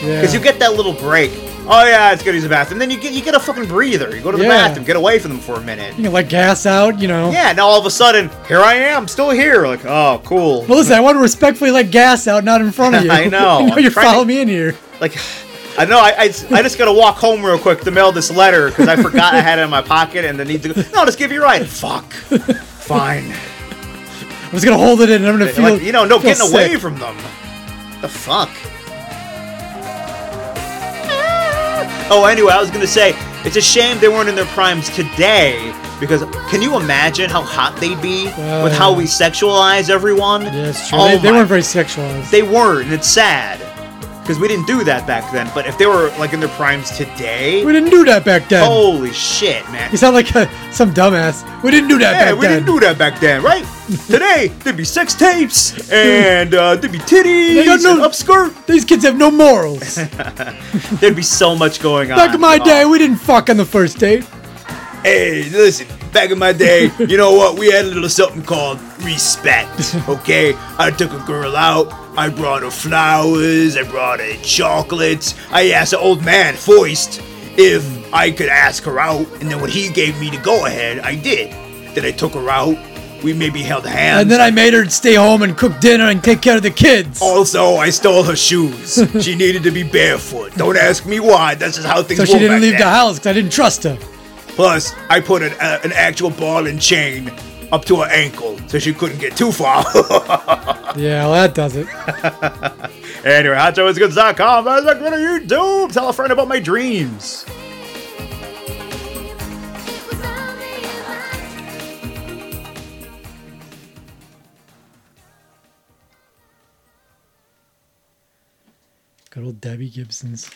[SPEAKER 3] Yeah.
[SPEAKER 2] because you get that little break. Oh yeah, it's gonna use the bathroom. Then you get you get a fucking breather. You go to the
[SPEAKER 3] Yeah.
[SPEAKER 2] bathroom, get away from them for a minute.
[SPEAKER 3] You can (laughs) let gas out, you know.
[SPEAKER 2] Yeah, now all of a sudden, here I am, still here. Like, oh, cool.
[SPEAKER 3] Well, listen, I want to respectfully let gas out, not in front of (laughs)
[SPEAKER 2] (laughs)
[SPEAKER 3] you.
[SPEAKER 2] I know, I'm
[SPEAKER 3] you're
[SPEAKER 2] trying to-
[SPEAKER 3] following me in here.
[SPEAKER 2] Like, I know. I, I, I just gotta walk home real quick to mail this letter because I forgot I had it in my pocket and the need to. Go, no, just give you a ride.
[SPEAKER 3] (laughs)
[SPEAKER 2] Fuck. Fine.
[SPEAKER 3] I'm just gonna hold it in. and I'm gonna feel.
[SPEAKER 2] like, you know, no
[SPEAKER 3] feel
[SPEAKER 2] getting away
[SPEAKER 3] sick.
[SPEAKER 2] from them. The fuck. Oh, anyway, I was gonna say it's a shame they weren't in their primes today because can you imagine how hot they'd be with how we sexualize everyone? Yes,
[SPEAKER 3] Sure, they, they weren't very sexualized.
[SPEAKER 2] They weren't, and it's sad because we didn't do that back then. But if they were like in their primes today,
[SPEAKER 3] We didn't do that back then.
[SPEAKER 2] Holy shit, man!
[SPEAKER 3] You sound like a, some dumbass. We didn't do that
[SPEAKER 2] Yeah,
[SPEAKER 3] back
[SPEAKER 2] we
[SPEAKER 3] then.
[SPEAKER 2] didn't do that back then, (laughs) right? Today there'd be sex tapes and uh, there'd be titties
[SPEAKER 3] They got
[SPEAKER 2] and
[SPEAKER 3] no
[SPEAKER 2] upskirt.
[SPEAKER 3] These kids have
[SPEAKER 2] (laughs)
[SPEAKER 3] no morals.
[SPEAKER 2] There'd be so much going on.
[SPEAKER 3] Back in my
[SPEAKER 2] Oh.
[SPEAKER 3] day, we didn't fuck on the first date.
[SPEAKER 2] Hey, listen, back in my (laughs) day, you know what? We had a little something called (laughs) respect, okay? I took a girl out, I brought her flowers, I brought her chocolates. I asked the old man, Foist, if I could ask her out, and then when he gave me the go ahead, I did. Then I took her out, we maybe held hands.
[SPEAKER 3] And then I made her stay home and cook dinner and take care of the kids.
[SPEAKER 2] Also, I stole her
[SPEAKER 3] (laughs)
[SPEAKER 2] shoes. she needed to be barefoot. Don't ask me why, that's just how things
[SPEAKER 3] So
[SPEAKER 2] work.
[SPEAKER 3] she didn't
[SPEAKER 2] back
[SPEAKER 3] leave
[SPEAKER 2] then.
[SPEAKER 3] the house because I didn't trust her.
[SPEAKER 2] Plus, I put an, uh, an actual ball and chain up to her ankle so she couldn't get too far. (laughs)
[SPEAKER 3] Yeah, well, that does it.
[SPEAKER 2] anyway, hotshowisgoods.com. That's like, what are you doing? Tell a friend about my dreams.
[SPEAKER 3] Good old Debbie Gibson's.